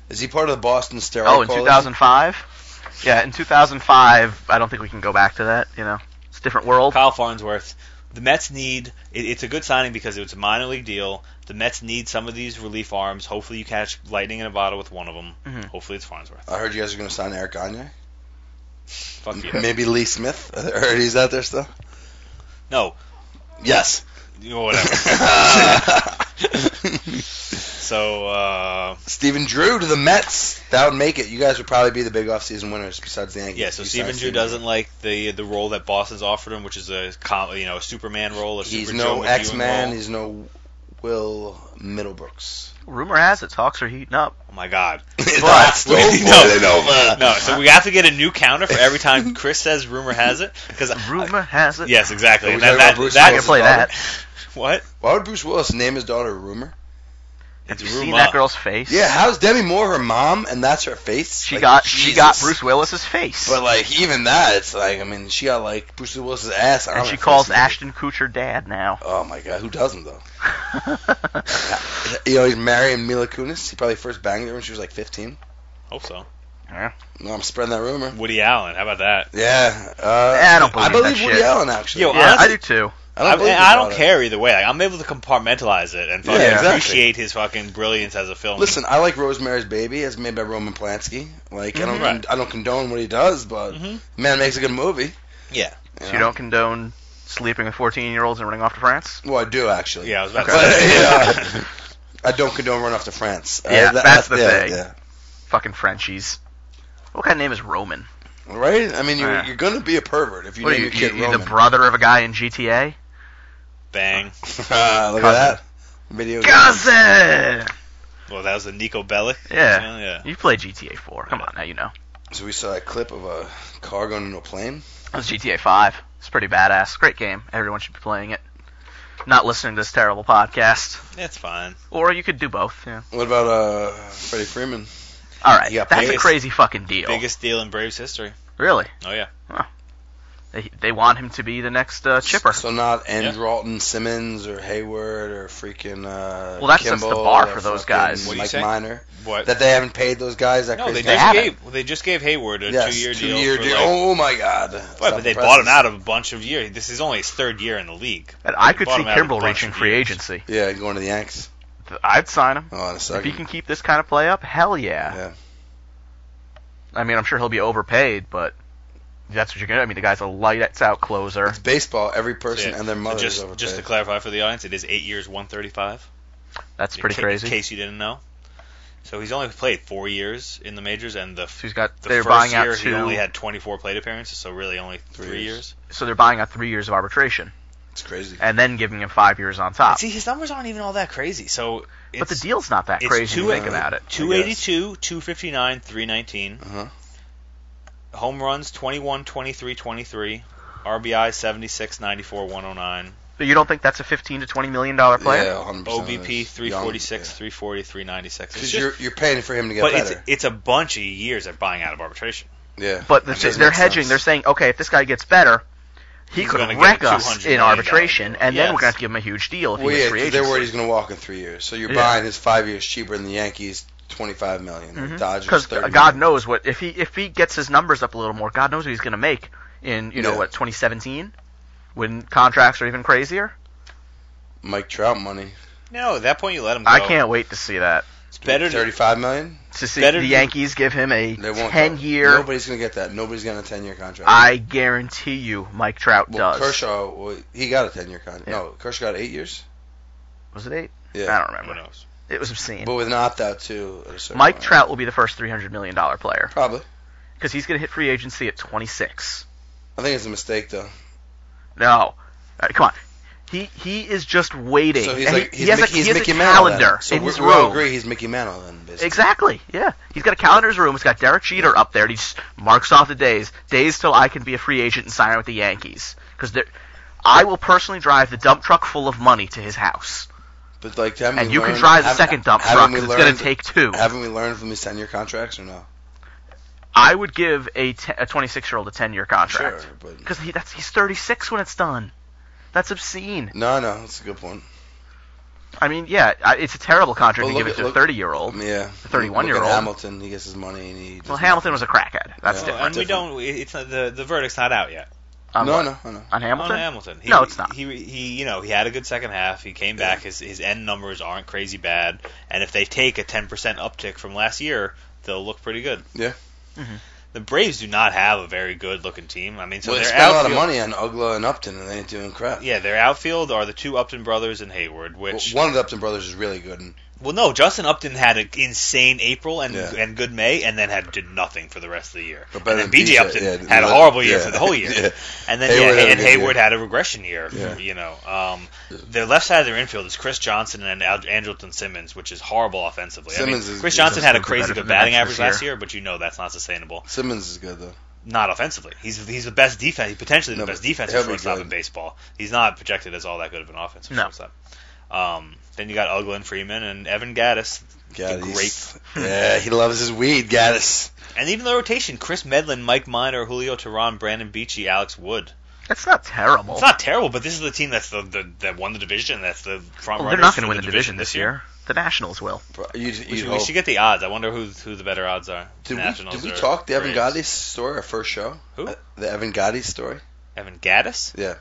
Speaker 2: is he part of the Boston steroid
Speaker 3: Oh, in
Speaker 2: coalition?
Speaker 3: 2005. Yeah, in 2005, I don't think we can go back to that. You know, it's a different world.
Speaker 1: Kyle Farnsworth. The Mets need it, it's a good signing because it's a minor league deal. The Mets need some of these relief arms. Hopefully you catch lightning in a bottle with one of them.
Speaker 3: Mhm.
Speaker 1: Hopefully it's Farnsworth.
Speaker 2: I heard you guys are going to sign Eric Gagne. <laughs>
Speaker 1: Fuck you.
Speaker 2: Maybe Lee Smith. <laughs> I heard he's out there still.
Speaker 1: No,
Speaker 2: Yes.
Speaker 1: you know,
Speaker 2: <laughs>
Speaker 1: whatever. so uh,
Speaker 2: Stephen Drew to the Mets. That would make it. You guys would probably be the big offseason winners besides the Yankees.
Speaker 1: Yeah, so
Speaker 2: You
Speaker 1: Stephen
Speaker 2: signed
Speaker 1: Drew doesn't like the the role that Boston's offered him, which is a com- you know a Superman role. A
Speaker 2: He's
Speaker 1: Super
Speaker 2: no
Speaker 1: Joe McEwen
Speaker 2: X Man.
Speaker 1: role.
Speaker 2: He's no Will
Speaker 1: <laughs>
Speaker 2: Middlebrooks.
Speaker 3: Rumor has it Hawks are heating up.
Speaker 1: Oh my God!
Speaker 3: <laughs>
Speaker 2: That's
Speaker 1: We- <laughs>
Speaker 2: no boiling over.
Speaker 1: no. So we have to get a new counter for every
Speaker 2: <laughs>
Speaker 1: time Chris says "rumor has it" because
Speaker 3: Rumor has it.
Speaker 1: yes, exactly.
Speaker 2: Are
Speaker 1: And
Speaker 2: we talking
Speaker 1: that,
Speaker 2: about
Speaker 1: that,
Speaker 3: I
Speaker 2: Bruce
Speaker 3: can
Speaker 1: that's
Speaker 2: Willis'
Speaker 3: play
Speaker 2: daughter?
Speaker 3: that.
Speaker 1: what
Speaker 2: Why would Bruce Willis name his daughter Rumor?
Speaker 3: Have
Speaker 1: It's
Speaker 3: you seen
Speaker 1: rumor.
Speaker 3: that girl's face?
Speaker 2: Yeah, how's Demi Moore her mom and that's her face?
Speaker 3: She
Speaker 2: Like,
Speaker 3: got she got
Speaker 2: Jesus.
Speaker 3: Bruce Willis's face.
Speaker 2: But like even that, it's like I mean, she got like Bruce Willis's ass. on
Speaker 3: and
Speaker 2: her
Speaker 3: she
Speaker 2: face.
Speaker 3: calls Ashton Kutcher dad now. <laughs>
Speaker 2: Oh my god, who doesn't though? You know, he's marrying Mila Kunis. He probably first banged her when she was like 15.
Speaker 1: Hope so.
Speaker 2: No, I'm spreading that rumor.
Speaker 1: Woody Allen. How about that?
Speaker 2: Yeah, uh,
Speaker 3: I don't believe
Speaker 2: I believe
Speaker 3: that
Speaker 2: Woody
Speaker 3: shit.
Speaker 2: Allen actually.
Speaker 1: Yo,
Speaker 3: yeah, I
Speaker 1: honestly-
Speaker 3: do too.
Speaker 2: I
Speaker 1: I,
Speaker 2: don't, believe
Speaker 1: mean,
Speaker 2: his
Speaker 1: I don't
Speaker 2: daughter.
Speaker 1: care either way. Like, I'm able to compartmentalize it and fucking
Speaker 2: Yeah, exactly.
Speaker 1: appreciate his fucking brilliance as a film.
Speaker 2: Listen, I like Rosemary's Baby as made by Roman Polanski. Like I don't,
Speaker 1: Mhm. Right.
Speaker 2: I don't condone what he does, but
Speaker 1: Mhm.
Speaker 2: man makes a good movie.
Speaker 1: Yeah.
Speaker 3: So you don't condone sleeping with 14 year olds and running off to France?
Speaker 2: Well, I do actually.
Speaker 1: Yeah, I was about
Speaker 2: But,
Speaker 1: to say.
Speaker 3: <laughs>
Speaker 2: <laughs> yeah, I don't condone run off to France. Uh,
Speaker 3: Yeah,
Speaker 2: that-
Speaker 3: that's the
Speaker 2: yeah,
Speaker 3: thing.
Speaker 2: yeah.
Speaker 3: Fucking Frenchies. What kind of name is Roman?
Speaker 2: Right? I mean, you're,
Speaker 3: Yeah.
Speaker 2: you're gonna be a pervert if you
Speaker 3: What are
Speaker 2: name
Speaker 3: you,
Speaker 2: your kid
Speaker 3: you- you the
Speaker 2: Roman.
Speaker 3: brother of a guy in GTA?
Speaker 1: Bang.
Speaker 2: <laughs> Ah, look at that video. game.
Speaker 3: Cousin!
Speaker 1: Well, that was the Nico Bellic.
Speaker 3: Yeah.
Speaker 1: Yeah. yeah.
Speaker 3: You played GTA 4. Come on, now you know.
Speaker 2: So we saw a clip of a car going into a plane.
Speaker 3: That was GTA 5. It's pretty badass. Great game. Everyone should be playing it. Not listening to this terrible podcast.
Speaker 1: That's fine.
Speaker 3: Or you could do both. Yeah.
Speaker 2: What about uh Freddie Freeman?
Speaker 3: All right.
Speaker 2: Yeah,
Speaker 3: That's a
Speaker 1: biggest-
Speaker 3: crazy fucking deal.
Speaker 1: Biggest deal in Braves history.
Speaker 3: Really?
Speaker 1: Oh yeah.
Speaker 3: They, they want him to be the next uh, chipper.
Speaker 2: So not
Speaker 1: Yeah.
Speaker 2: Andrelton Simmons or Hayward or freaking uh
Speaker 3: Well, that sets
Speaker 2: Kimball
Speaker 3: the bar
Speaker 2: or
Speaker 3: for those
Speaker 2: fucking
Speaker 3: guys.
Speaker 1: What do you
Speaker 2: Mike
Speaker 1: say?
Speaker 2: Miner.
Speaker 1: What?
Speaker 2: That they haven't paid those guys that
Speaker 1: no, they
Speaker 2: crazy.
Speaker 3: They
Speaker 1: just
Speaker 3: haven't.
Speaker 1: gave. Well, they just gave Hayward a
Speaker 2: yes,
Speaker 1: two-year
Speaker 2: two
Speaker 1: deal.
Speaker 2: year
Speaker 1: for,
Speaker 2: deal.
Speaker 1: like-
Speaker 2: oh my god.
Speaker 1: What, but they bought him out of a bunch of years. This is only his third year in the league.
Speaker 3: And I could
Speaker 1: Bought
Speaker 3: see
Speaker 1: him out of
Speaker 3: Kimbrel
Speaker 1: a bunch
Speaker 3: reaching
Speaker 1: of
Speaker 3: free
Speaker 1: years.
Speaker 3: agency.
Speaker 2: Yeah, going to the Yanks.
Speaker 3: I'd sign him.
Speaker 2: Oh, in a
Speaker 3: If he
Speaker 2: second.
Speaker 3: can keep this kind of play up, hell yeah.
Speaker 2: Yeah.
Speaker 3: I mean, I'm sure he'll be overpaid, but that's what you're gonna. I mean, the guy's a lights out closer.
Speaker 2: It's baseball. Every person
Speaker 1: Yeah.
Speaker 2: and their mother
Speaker 1: just,
Speaker 2: is overpaid.
Speaker 1: just to clarify for the audience, it is eight years, one thirty-five.
Speaker 3: That's pretty
Speaker 1: in ca-
Speaker 3: crazy.
Speaker 1: In case you didn't know, so he's only played four years in the majors, and the
Speaker 3: So he's got.
Speaker 1: the
Speaker 3: they're
Speaker 1: first
Speaker 3: buying
Speaker 1: year
Speaker 3: out
Speaker 1: he
Speaker 3: two.
Speaker 1: only had twenty-four plate appearances, so really only three,
Speaker 2: Three years.
Speaker 1: years.
Speaker 3: so they're buying out three years of arbitration,
Speaker 2: it's crazy.
Speaker 3: and then giving him five years on top.
Speaker 1: See, his numbers aren't even all that crazy. So, it's,
Speaker 3: but the deal's not that
Speaker 1: it's
Speaker 3: crazy.
Speaker 1: two
Speaker 3: If you think
Speaker 1: eight-
Speaker 3: about it.
Speaker 1: two eighty-two, two fifty-nine, three nineteen,
Speaker 2: Uh huh.
Speaker 1: home runs 21, 23, 23, RBI 76, 94, 109,
Speaker 3: But you don't think that's a 15 to 20 million dollar player?
Speaker 2: Yeah, 100%.
Speaker 1: OBP
Speaker 2: It's young,
Speaker 1: 346,
Speaker 2: yeah.
Speaker 1: 340, 396. It's
Speaker 2: Because
Speaker 1: just-
Speaker 2: you're you're paying for him to get
Speaker 1: but it's
Speaker 2: better.
Speaker 1: it's a bunch of years of buying out of arbitration.
Speaker 2: yeah.
Speaker 3: But
Speaker 2: That
Speaker 3: the,
Speaker 2: doesn't
Speaker 3: they're
Speaker 2: make
Speaker 3: hedging.
Speaker 2: sense.
Speaker 3: They're saying, okay, if this guy gets better, he
Speaker 1: He's
Speaker 3: could
Speaker 1: gonna get
Speaker 3: wreck
Speaker 1: a
Speaker 3: us
Speaker 1: $200
Speaker 3: in
Speaker 1: million
Speaker 3: arbitration, and
Speaker 1: deal.
Speaker 3: then we're
Speaker 1: Yes.
Speaker 3: gonna have to give him a huge deal if
Speaker 2: Well,
Speaker 3: he gets
Speaker 2: yeah,
Speaker 3: free
Speaker 2: 'cause
Speaker 3: agency.
Speaker 2: they're worried he's going to walk in three years. So you're
Speaker 3: Yeah.
Speaker 2: buying his five years cheaper than the Yankees, twenty five million. The Dodgers,
Speaker 3: Because
Speaker 2: thirty.
Speaker 3: Mm-hmm. God
Speaker 2: million.
Speaker 3: knows what if he if he gets his numbers up a little more, God knows what he's going to make in you know
Speaker 2: Yeah.
Speaker 3: what 2017 when contracts are even crazier.
Speaker 2: Mike Trout money.
Speaker 1: No, at that point you let him go.
Speaker 3: I can't wait to see that
Speaker 1: It's better
Speaker 2: thirty
Speaker 1: to,
Speaker 2: five million.
Speaker 3: to see
Speaker 1: Better
Speaker 3: the
Speaker 1: to-
Speaker 3: Yankees give him a
Speaker 2: They won't.
Speaker 3: 10
Speaker 2: though.
Speaker 3: year.
Speaker 2: Nobody's going to get that. Nobody's getting a ten year contract.
Speaker 3: I guarantee you, Mike Trout
Speaker 2: well,
Speaker 3: does.
Speaker 2: Kershaw, well, he got a ten year contract.
Speaker 3: Yeah.
Speaker 2: No, Kershaw got eight years.
Speaker 3: Was it eight?
Speaker 2: Yeah.
Speaker 3: I don't
Speaker 1: who
Speaker 3: remember.
Speaker 1: knows?
Speaker 3: It was obscene.
Speaker 2: But with an opt out too. at a certain
Speaker 3: Mike
Speaker 2: point.
Speaker 3: Trout will be the first 300 million dollar player
Speaker 2: Probably.
Speaker 3: because he's going to hit free agency at 26.
Speaker 2: I think it's a mistake though.
Speaker 3: No, All right, come on. He he is just waiting.
Speaker 2: So he's
Speaker 3: And
Speaker 2: like
Speaker 3: he,
Speaker 2: he's,
Speaker 3: he has
Speaker 2: Mickey,
Speaker 3: a, he
Speaker 2: he's
Speaker 3: has
Speaker 2: Mickey
Speaker 3: a
Speaker 2: Mantle. then.
Speaker 3: calendar
Speaker 2: So
Speaker 3: in
Speaker 2: we,
Speaker 3: his
Speaker 2: we all
Speaker 3: room.
Speaker 2: agree he's Mickey Mantle then. Basically.
Speaker 3: Exactly. Yeah, he's got a calendar in his room. He's got Derek Jeter up there. And he just marks off the days. Days till I can be a free agent and sign with the Yankees. Because I will personally drive the dump truck full of money to his house,
Speaker 2: But like, haven't
Speaker 3: and
Speaker 2: we
Speaker 3: you can
Speaker 2: learned-
Speaker 3: drive the
Speaker 2: haven't-
Speaker 3: second dump
Speaker 2: haven't
Speaker 3: truck.
Speaker 2: we
Speaker 3: 'cause it's going
Speaker 2: learned-
Speaker 3: to take two.
Speaker 2: Haven't we learned from these ten year contracts or no?
Speaker 3: I would give a te- a 26 year old a 10 year contract
Speaker 2: Sure, but
Speaker 3: because he, that's he's 36 when it's done. That's obscene.
Speaker 2: no, no, that's a good point.
Speaker 3: I mean, yeah, I- it's a terrible contract
Speaker 2: Well,
Speaker 3: to give
Speaker 2: look
Speaker 3: it
Speaker 2: at-
Speaker 3: to
Speaker 2: look-
Speaker 3: a 30 year old.
Speaker 2: Yeah,
Speaker 3: 31-year-old.
Speaker 2: Look at Hamilton, he gets his money and he. does
Speaker 3: Well,
Speaker 2: nothing.
Speaker 3: Hamilton was a crackhead. That's
Speaker 2: Yeah.
Speaker 1: Well, and
Speaker 3: different.
Speaker 1: we
Speaker 2: different.
Speaker 1: don't. It's not, the the verdict's not out yet.
Speaker 3: On
Speaker 2: No,
Speaker 3: uh, what?
Speaker 2: no, no, no.
Speaker 3: On Hamilton?
Speaker 1: On Oh, Hamilton. He,
Speaker 3: No, it's not.
Speaker 1: He, he, you know, he had a good second half. He came back. His his end numbers aren't crazy bad, and if they take a 10% uptick from last year, they'll look pretty good.
Speaker 2: Yeah.
Speaker 3: Mhm.
Speaker 1: The Braves do not have a very good looking team. I mean, so
Speaker 2: well, they
Speaker 1: their
Speaker 2: spent a lot
Speaker 1: outfield,
Speaker 2: of money on Ugla and Upton, and they ain't doing crap.
Speaker 1: yeah, their outfield are the two Upton brothers and Hayward,
Speaker 2: Well,
Speaker 1: which
Speaker 2: one of the Upton brothers is really good. And
Speaker 1: well, no, Justin Upton had an insane April and
Speaker 2: Yeah.
Speaker 1: and good May, and then had did nothing for the rest of the year.
Speaker 2: but
Speaker 1: And
Speaker 2: better
Speaker 1: then
Speaker 2: than
Speaker 1: BJ Upton had a
Speaker 2: yeah,
Speaker 1: horrible year
Speaker 2: yeah,
Speaker 1: for the whole year.
Speaker 2: <laughs> yeah.
Speaker 1: And then yeah,
Speaker 2: Hayward had a
Speaker 1: and
Speaker 2: good
Speaker 1: Hayward
Speaker 2: year.
Speaker 1: had a regression year.
Speaker 2: Yeah.
Speaker 1: You know, um, their left side of their infield is Chris Johnson and Al- Andrelton Simmons, which is horrible offensively.
Speaker 2: Simmons
Speaker 1: I mean,
Speaker 2: is-
Speaker 1: Chris Johnson had a
Speaker 3: Simmons is
Speaker 1: crazy
Speaker 3: better
Speaker 1: good
Speaker 3: than
Speaker 1: batting
Speaker 3: that
Speaker 1: average
Speaker 3: this
Speaker 1: last
Speaker 3: year.
Speaker 1: year, but you know that's not sustainable.
Speaker 2: Simmons is good though.
Speaker 1: Not offensively. He's he's the best defense. Potentially the
Speaker 2: No,
Speaker 1: best
Speaker 2: but
Speaker 1: defensive
Speaker 2: he'll be
Speaker 1: shortstop
Speaker 2: good.
Speaker 1: in baseball. He's not projected as all that good of an offensive
Speaker 3: No.
Speaker 1: shortstop. Um, then you got Uglin Freeman and Evan Gaddis,
Speaker 2: Gaddis. <laughs> Yeah, he loves his weed, Gaddis.
Speaker 1: and even the rotation: Chris Medlin, Mike Miner, Julio Tehran, Brandon Beachy, Alex Wood.
Speaker 3: That's not terrible.
Speaker 1: It's not terrible, but this is the team that's the, the that won the division. That's the front
Speaker 3: Well,
Speaker 1: runner.
Speaker 3: they're not going to win Oh, the division, this year. The Nationals will.
Speaker 2: Bro, You'd,
Speaker 1: We
Speaker 2: you'd
Speaker 1: should, we
Speaker 2: hope.
Speaker 1: should get the odds. I wonder who who the better odds are.
Speaker 2: Did we,
Speaker 1: Nationals
Speaker 2: did we
Speaker 1: or
Speaker 2: talk the Evan
Speaker 1: Braves?
Speaker 2: Gaddis story, our first show?
Speaker 1: Who?
Speaker 2: Uh, The Evan Gaddis story?
Speaker 1: Evan Gaddis?
Speaker 2: Yeah.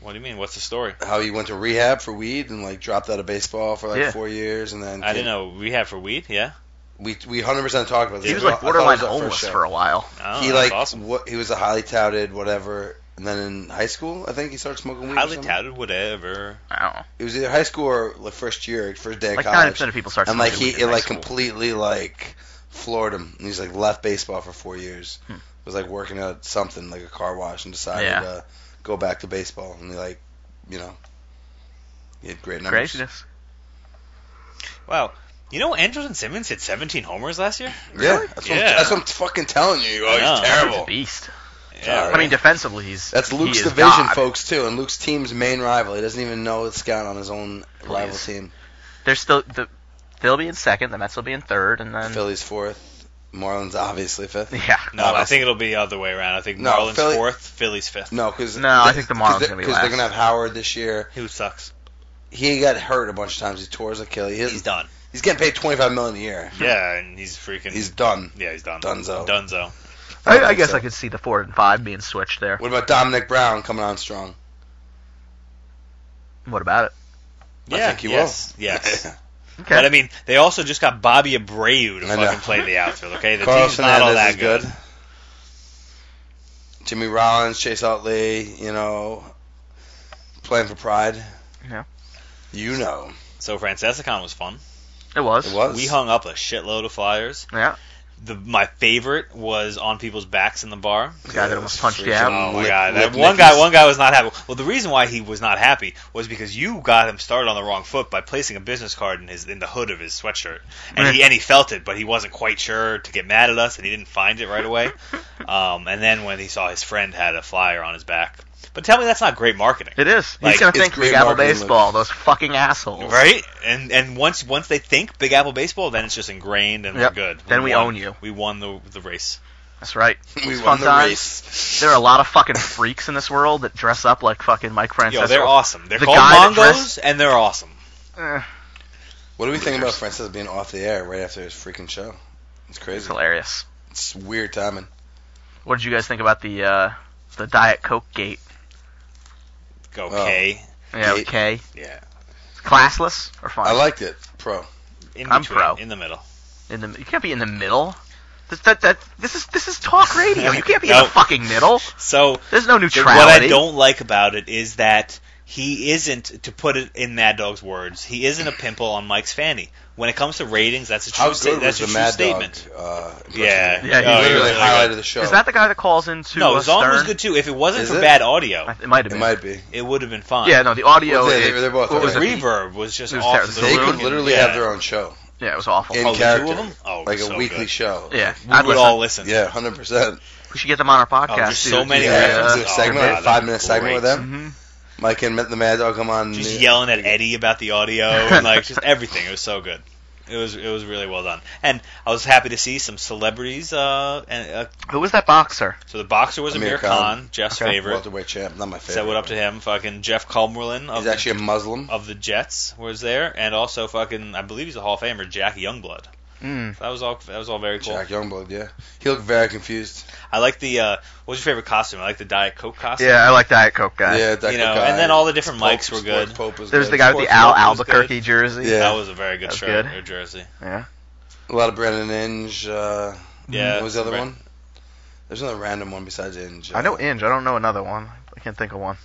Speaker 1: What do you mean? What's the story?
Speaker 2: How he went to rehab for weed and like dropped out of baseball for like
Speaker 3: Yeah.
Speaker 2: four years, and then
Speaker 1: I didn't
Speaker 2: came-
Speaker 1: know rehab for weed. Yeah.
Speaker 2: We we hundred percent talked about this.
Speaker 3: He was
Speaker 2: We- I
Speaker 3: like
Speaker 2: thought it
Speaker 3: borderline
Speaker 2: was our first
Speaker 3: homeless
Speaker 2: show.
Speaker 3: for a while.
Speaker 1: Oh,
Speaker 2: he
Speaker 1: that's
Speaker 2: like
Speaker 1: awesome.
Speaker 2: what he was a highly touted whatever and then in high school i think he started smoking weed or
Speaker 1: highly
Speaker 2: something.
Speaker 1: touted, whatever.
Speaker 3: I don't know.
Speaker 2: it was either high school or the first year first day of
Speaker 3: Like ninety
Speaker 2: college
Speaker 3: percent of people start.
Speaker 2: and like
Speaker 3: smoking
Speaker 2: he
Speaker 3: weed
Speaker 2: it
Speaker 3: in high
Speaker 2: like
Speaker 3: school.
Speaker 2: completely like floored him and he's like left baseball for four years
Speaker 3: Hmm.
Speaker 2: was like working at something like a car wash and decided
Speaker 3: Yeah.
Speaker 2: to go back to baseball and he like you know he had great numbers
Speaker 3: craziness.
Speaker 1: Wow. You know, Andrews and Simmons hit 17 homers last year.
Speaker 2: yeah that's what,
Speaker 1: Yeah.
Speaker 2: I'm, that's what i'm fucking telling you oh
Speaker 1: I know.
Speaker 3: He's
Speaker 2: he's
Speaker 3: a
Speaker 2: terrible
Speaker 3: beast.
Speaker 1: Yeah.
Speaker 2: Sorry.
Speaker 3: I mean, defensively, he's
Speaker 2: That's
Speaker 3: he
Speaker 2: Luke's
Speaker 3: is
Speaker 2: division,
Speaker 3: God.
Speaker 2: folks, too, and Luke's team's main rival. He doesn't even know it's got on his own rival
Speaker 3: Please.
Speaker 2: team.
Speaker 3: They're still the. They'll be in second. The Mets will be in third, and then
Speaker 2: Philly's fourth, Marlins obviously fifth.
Speaker 3: <laughs> yeah.
Speaker 1: No, I think it'll be the other way around. I think
Speaker 2: No,
Speaker 1: Marlins
Speaker 2: Philly-
Speaker 1: fourth, Phillies fifth.
Speaker 2: No, because
Speaker 3: No, I think the Marlins
Speaker 2: because
Speaker 3: gonna be
Speaker 2: they're
Speaker 3: last.
Speaker 2: gonna have Howard this year.
Speaker 1: Who sucks?
Speaker 2: He got hurt a bunch of times. He tore his Achilles. He
Speaker 1: He's,
Speaker 2: isn't- <laughs>
Speaker 1: done.
Speaker 2: He's getting paid twenty five million a year.
Speaker 1: Yeah, and he's freaking.
Speaker 2: He's done.
Speaker 1: yeah, he's done.
Speaker 2: Dunzo.
Speaker 1: Dunzo.
Speaker 3: I,
Speaker 2: don't
Speaker 3: I
Speaker 2: think
Speaker 3: guess
Speaker 2: so.
Speaker 3: I could see the four and five being switched there.
Speaker 2: What about Dominic Brown coming on strong?
Speaker 3: What about it?
Speaker 2: I
Speaker 1: Yeah,
Speaker 2: think he
Speaker 1: yes,
Speaker 2: will. <laughs>
Speaker 1: yes.
Speaker 3: Okay.
Speaker 1: But I mean, they also just got Bobby Abreu to
Speaker 2: I know.
Speaker 1: fucking play the outfield. Okay, the
Speaker 2: Carlos
Speaker 1: team's not all
Speaker 2: Hernandez
Speaker 1: that
Speaker 2: is good. Jimmy Rollins, Chase Utley, you know, playing for Pride.
Speaker 3: Yeah.
Speaker 2: You know,
Speaker 1: So Francesicon was fun.
Speaker 3: it was.
Speaker 2: it was.
Speaker 1: We hung up a shitload of flyers.
Speaker 3: Yeah.
Speaker 1: The, my favorite was on people's backs in the bar.
Speaker 3: The guy that almost punched you out.
Speaker 1: Oh my
Speaker 2: Lip-
Speaker 1: god! That
Speaker 2: lip
Speaker 1: one
Speaker 2: nickies.
Speaker 1: guy, one guy was not happy. Well, the reason why he was not happy was because you got him started on the wrong foot by placing a business card in his in the hood of his sweatshirt, and he and he felt it, but he wasn't quite sure to get mad at us, and he didn't find it right
Speaker 3: <laughs>
Speaker 1: away. Um, and then when he saw his friend had a flyer on his back, but tell me that's not great marketing,
Speaker 3: It is.
Speaker 1: Like,
Speaker 3: He's gonna
Speaker 2: it's
Speaker 3: think
Speaker 2: great
Speaker 3: Big Apple
Speaker 2: marketing,
Speaker 3: baseball. Those fucking assholes.
Speaker 1: right? And and once once they think Big Apple baseball, then it's just ingrained and
Speaker 3: Yep.
Speaker 1: we're good.
Speaker 3: Then we
Speaker 1: won.
Speaker 3: own you.
Speaker 1: We won the the race.
Speaker 3: That's right.
Speaker 2: <laughs> we
Speaker 3: It's
Speaker 2: won
Speaker 3: fun
Speaker 2: the
Speaker 3: times.
Speaker 2: race.
Speaker 3: There are a lot of fucking freaks in this world that dress up like fucking Mike Francesco.
Speaker 1: Yo, they're awesome. They're
Speaker 3: The
Speaker 1: called
Speaker 3: guy that
Speaker 1: Mongos,
Speaker 3: dressed-
Speaker 1: and they're awesome.
Speaker 3: Eh,
Speaker 2: What do we think about Francis being off the air right after his freaking show? It's
Speaker 3: it's
Speaker 2: crazy.
Speaker 3: hilarious.
Speaker 2: It's weird timing.
Speaker 3: What did you guys think about the uh, the Diet Coke gate?
Speaker 1: Go K.
Speaker 3: Yeah,
Speaker 2: Gate.
Speaker 3: okay.
Speaker 1: Yeah.
Speaker 3: Classless or fun?
Speaker 2: I liked it. Pro.
Speaker 1: In
Speaker 3: I'm
Speaker 1: between,
Speaker 3: pro.
Speaker 1: In the middle.
Speaker 3: in the you can't be in the middle. This, that, that, this is this is
Speaker 1: <laughs>
Speaker 3: talk radio. You can't be in
Speaker 1: No.
Speaker 3: the fucking middle.
Speaker 1: So
Speaker 3: There's no
Speaker 1: th-
Speaker 3: neutrality.
Speaker 1: what I don't like about it is that he isn't, to put it in Mad Dog's words, he isn't a pimple on Mike's fanny. When it comes to ratings, that's a
Speaker 2: How
Speaker 1: true,
Speaker 2: good
Speaker 1: sta- that's
Speaker 2: was
Speaker 1: a
Speaker 2: the
Speaker 1: true
Speaker 2: Mad
Speaker 1: statement.
Speaker 2: Dog? Uh,
Speaker 1: Yeah.
Speaker 3: Yeah,
Speaker 2: impersonator?
Speaker 3: he
Speaker 2: he
Speaker 3: was
Speaker 2: literally
Speaker 1: really
Speaker 2: highlighted
Speaker 1: good.
Speaker 2: the show.
Speaker 3: Is that the guy that calls into
Speaker 1: No, Zong
Speaker 3: uh,
Speaker 1: was
Speaker 3: Stern?
Speaker 1: good too. If it wasn't
Speaker 2: Is
Speaker 1: for
Speaker 2: it?
Speaker 1: bad audio,
Speaker 3: I- It might have
Speaker 2: It
Speaker 3: been.
Speaker 2: might be.
Speaker 1: it would have been fine.
Speaker 3: Yeah, no, the audio.
Speaker 2: Well, they-
Speaker 3: it,
Speaker 2: they're both
Speaker 3: what was
Speaker 1: the
Speaker 2: alright.
Speaker 3: it?
Speaker 1: reverb was just
Speaker 3: It was
Speaker 1: off
Speaker 3: terrible.
Speaker 1: the
Speaker 2: They
Speaker 1: moon.
Speaker 2: could literally
Speaker 1: yeah.
Speaker 2: have their own show
Speaker 3: Yeah, it was awful.
Speaker 2: in
Speaker 1: Oh, the two
Speaker 2: character,
Speaker 1: of them? Oh,
Speaker 2: like a
Speaker 1: so
Speaker 2: weekly
Speaker 1: good.
Speaker 2: show.
Speaker 3: yeah,
Speaker 1: We
Speaker 3: I'd
Speaker 1: would
Speaker 3: listen.
Speaker 1: all listen.
Speaker 2: Yeah, hundred percent.
Speaker 3: We should get them on our podcast.
Speaker 1: Oh, there's
Speaker 3: dude.
Speaker 1: so many
Speaker 3: Yeah.
Speaker 1: references.
Speaker 2: do a
Speaker 1: Oh,
Speaker 2: segment,
Speaker 1: God,
Speaker 2: like a five-minute
Speaker 1: that's
Speaker 2: segment with
Speaker 1: great.
Speaker 2: them.
Speaker 3: Mhm.
Speaker 2: Mike and the Mad Dog come on.
Speaker 1: Just yelling at Eddie about the audio and like
Speaker 2: <laughs>
Speaker 1: just everything. It was so good. It was it was really well done, and I was happy to see some celebrities. Uh, and uh,
Speaker 3: Mm-hmm. Who was that boxer?
Speaker 1: so the boxer was
Speaker 2: Amir
Speaker 1: Amir
Speaker 2: Khan.
Speaker 1: Khan, Jeff's
Speaker 3: Okay.
Speaker 1: favorite.
Speaker 2: Welterweight champ, not my favorite.
Speaker 1: Set what up to him. Fucking Jeff Cumberland of
Speaker 2: He's
Speaker 1: the,
Speaker 2: actually a Muslim.
Speaker 1: of the Jets was there, and also fucking I believe he's a Hall of Famer, Jack Youngblood.
Speaker 3: Mm.
Speaker 1: That was all. That was all very cool.
Speaker 2: Jack Youngblood, yeah. He looked very confused.
Speaker 1: I like the. Uh, what was your favorite costume? I like the Diet Coke costume.
Speaker 3: Yeah, I like Diet Coke guy.
Speaker 2: Yeah, that
Speaker 1: You know,
Speaker 2: guy.
Speaker 1: and then all the different
Speaker 2: Pope-
Speaker 1: mics were good.
Speaker 2: Sports Pope was
Speaker 3: There's the
Speaker 2: good.
Speaker 3: guy with the
Speaker 1: Sports
Speaker 3: Al
Speaker 1: Local was
Speaker 3: Albuquerque jersey.
Speaker 2: Yeah.
Speaker 1: That was a very good
Speaker 3: That's
Speaker 1: shirt
Speaker 3: good.
Speaker 1: or jersey.
Speaker 2: A lot of Brandon Inge. Uh,
Speaker 1: Yeah.
Speaker 2: what was the other
Speaker 1: Bra-
Speaker 2: one? There's another random one besides Inge.
Speaker 3: I know Inge. I don't know another one. I can't think of one.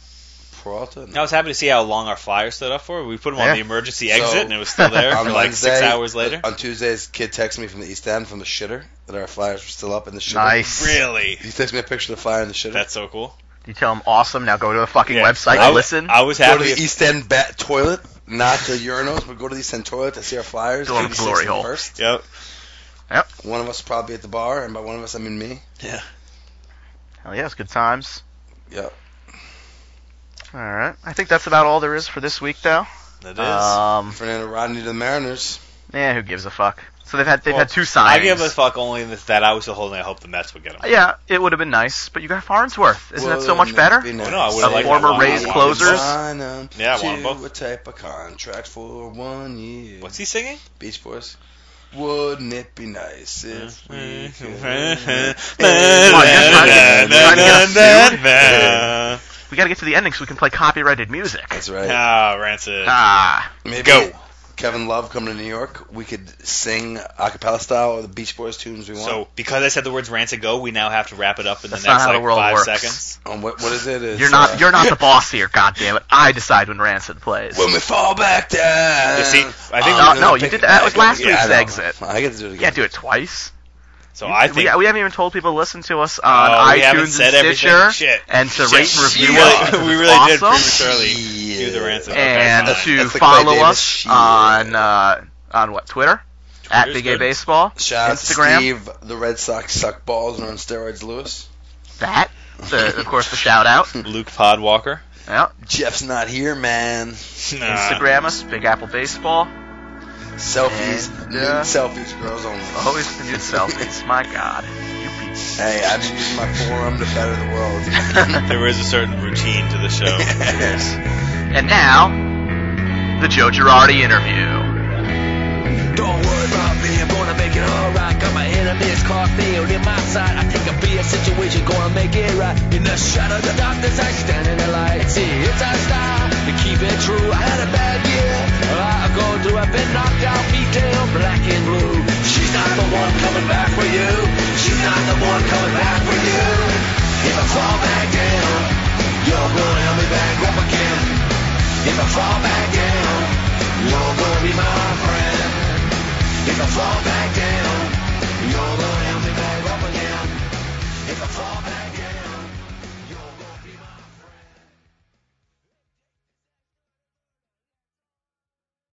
Speaker 2: Peralta.
Speaker 1: I was happy to see how long our flyer stood up for. We put them on
Speaker 3: Yeah. Uh,
Speaker 1: the emergency
Speaker 2: So,
Speaker 1: exit, and it was
Speaker 3: <laughs>
Speaker 1: still there
Speaker 2: on
Speaker 1: for like six
Speaker 2: Wednesday,
Speaker 1: hours later.
Speaker 2: On Tuesdays, kid texted me from the East End from the shitter that our flyers were still up in the shitter.
Speaker 3: Nice.
Speaker 1: Really?
Speaker 2: He texted me a picture of the flyer in the shitter.
Speaker 1: That's so cool.
Speaker 3: You tell him awesome. Now go to the fucking
Speaker 1: Yeah.
Speaker 3: website.
Speaker 1: I,
Speaker 3: and listen.
Speaker 1: I was
Speaker 2: go
Speaker 1: happy.
Speaker 2: to
Speaker 1: if-
Speaker 2: the East End bat toilet, not the urinals, but go to the East End toilet to see our flyers.
Speaker 3: Go on the
Speaker 2: 86
Speaker 3: glory
Speaker 2: and
Speaker 3: hole.
Speaker 2: First.
Speaker 1: Yep.
Speaker 2: One of us will probably be at the bar, and by one of us I mean me.
Speaker 3: Hell yeah, it's good times.
Speaker 2: Yep.
Speaker 3: All right. I think that's about all there is for this week, though.
Speaker 1: That is.
Speaker 3: Um,
Speaker 2: Fernando Rodney to the Mariners.
Speaker 3: yeah, who gives a fuck? So they've had they've
Speaker 1: Well,
Speaker 3: had two signings.
Speaker 1: I give a fuck only in that I was still holding. I hope the Mets would get him.
Speaker 3: Yeah, it would have been nice, but you got Farnsworth. Isn't that so much
Speaker 2: Wouldn't
Speaker 3: better?
Speaker 2: be
Speaker 1: Oh, no, I
Speaker 2: nice?
Speaker 1: would've
Speaker 3: liked A former that. Rays
Speaker 2: Sign
Speaker 3: closers?
Speaker 2: them
Speaker 1: Yeah, I want
Speaker 2: to
Speaker 1: both.
Speaker 2: A type of contract for one year.
Speaker 1: What's he
Speaker 3: <laughs>
Speaker 1: singing?
Speaker 2: Beach Boys. Wouldn't it be
Speaker 1: <laughs>
Speaker 2: nice if we could?
Speaker 1: Ah,
Speaker 3: We got to get to the ending so we can play copyrighted music.
Speaker 2: That's right.
Speaker 1: rancid.
Speaker 3: Ah,
Speaker 2: Maybe
Speaker 1: Go.
Speaker 2: Kevin Love coming to New York. We could sing a cappella style or the Beach Boys tunes we want.
Speaker 1: So because I said the words rancid go, we now have to wrap it up in the
Speaker 3: That's
Speaker 1: next
Speaker 3: not how the
Speaker 1: like
Speaker 3: world
Speaker 1: five
Speaker 3: works.
Speaker 1: seconds.
Speaker 2: um, what, what is it? It's,
Speaker 3: you're
Speaker 2: uh,
Speaker 3: not you're not the boss here. God damn it! I decide when Rancid plays.
Speaker 2: <laughs> When we fall back down.
Speaker 1: You see, I think
Speaker 3: Uh, no, you did that- that was last
Speaker 2: Yeah, I
Speaker 3: week's
Speaker 2: know.
Speaker 3: exit.
Speaker 2: I get to do it again.
Speaker 3: You can't do it twice.
Speaker 1: so. I
Speaker 3: we,
Speaker 1: think
Speaker 3: we haven't even told people to listen to us
Speaker 1: Oh,
Speaker 3: on
Speaker 1: we
Speaker 3: iTunes
Speaker 1: haven't
Speaker 3: and
Speaker 1: said
Speaker 3: Stitcher
Speaker 1: everything. Shit.
Speaker 3: and to
Speaker 1: Shit.
Speaker 3: rate and
Speaker 1: We
Speaker 3: review us. <laughs>
Speaker 1: really, we really did
Speaker 3: Awesome.
Speaker 1: prematurely do the
Speaker 2: Yeah.
Speaker 1: rancid. Okay,
Speaker 3: and
Speaker 1: fine.
Speaker 3: to
Speaker 2: That's like
Speaker 3: follow
Speaker 2: Clay Davis.
Speaker 3: us
Speaker 2: Shit.
Speaker 3: on uh, on what Twitter at Big A
Speaker 1: good.
Speaker 3: Baseball.
Speaker 2: Shout out
Speaker 3: Instagram.
Speaker 2: to Steve. The Red Sox suck balls and are on steroids. Lewis.
Speaker 3: That, the, of course, the shout out.
Speaker 1: Luke
Speaker 3: <laughs>
Speaker 1: Podwalker.
Speaker 3: Yeah.
Speaker 2: <laughs> Jeff's not here, man.
Speaker 3: Instagram us, Big Apple Baseball.
Speaker 2: Selfies,
Speaker 3: And,
Speaker 2: nude
Speaker 3: uh,
Speaker 2: selfies, girls only.
Speaker 3: Always the new selfies. My God, you people.
Speaker 2: Hey, I've been using my forearm to better the world.
Speaker 3: <laughs>
Speaker 1: There is a certain routine to the show.
Speaker 3: and now, the Joe Girardi interview.
Speaker 4: Don't worry about me, I'm gonna make it alright. Got my enemies caught nailed in my side. I think I'll be a situation, gonna make it right. In the shadow, the darkness, I stand in the light. See, it's our style to keep it true. I had a bad year, I'm gonna do. I've been knocked out,
Speaker 2: back with you. If I fall back down, you're gonna help me back up again. If I fall back down, you're gonna be my friend. If I fall back down, you're gonna help me back up again. If I fall back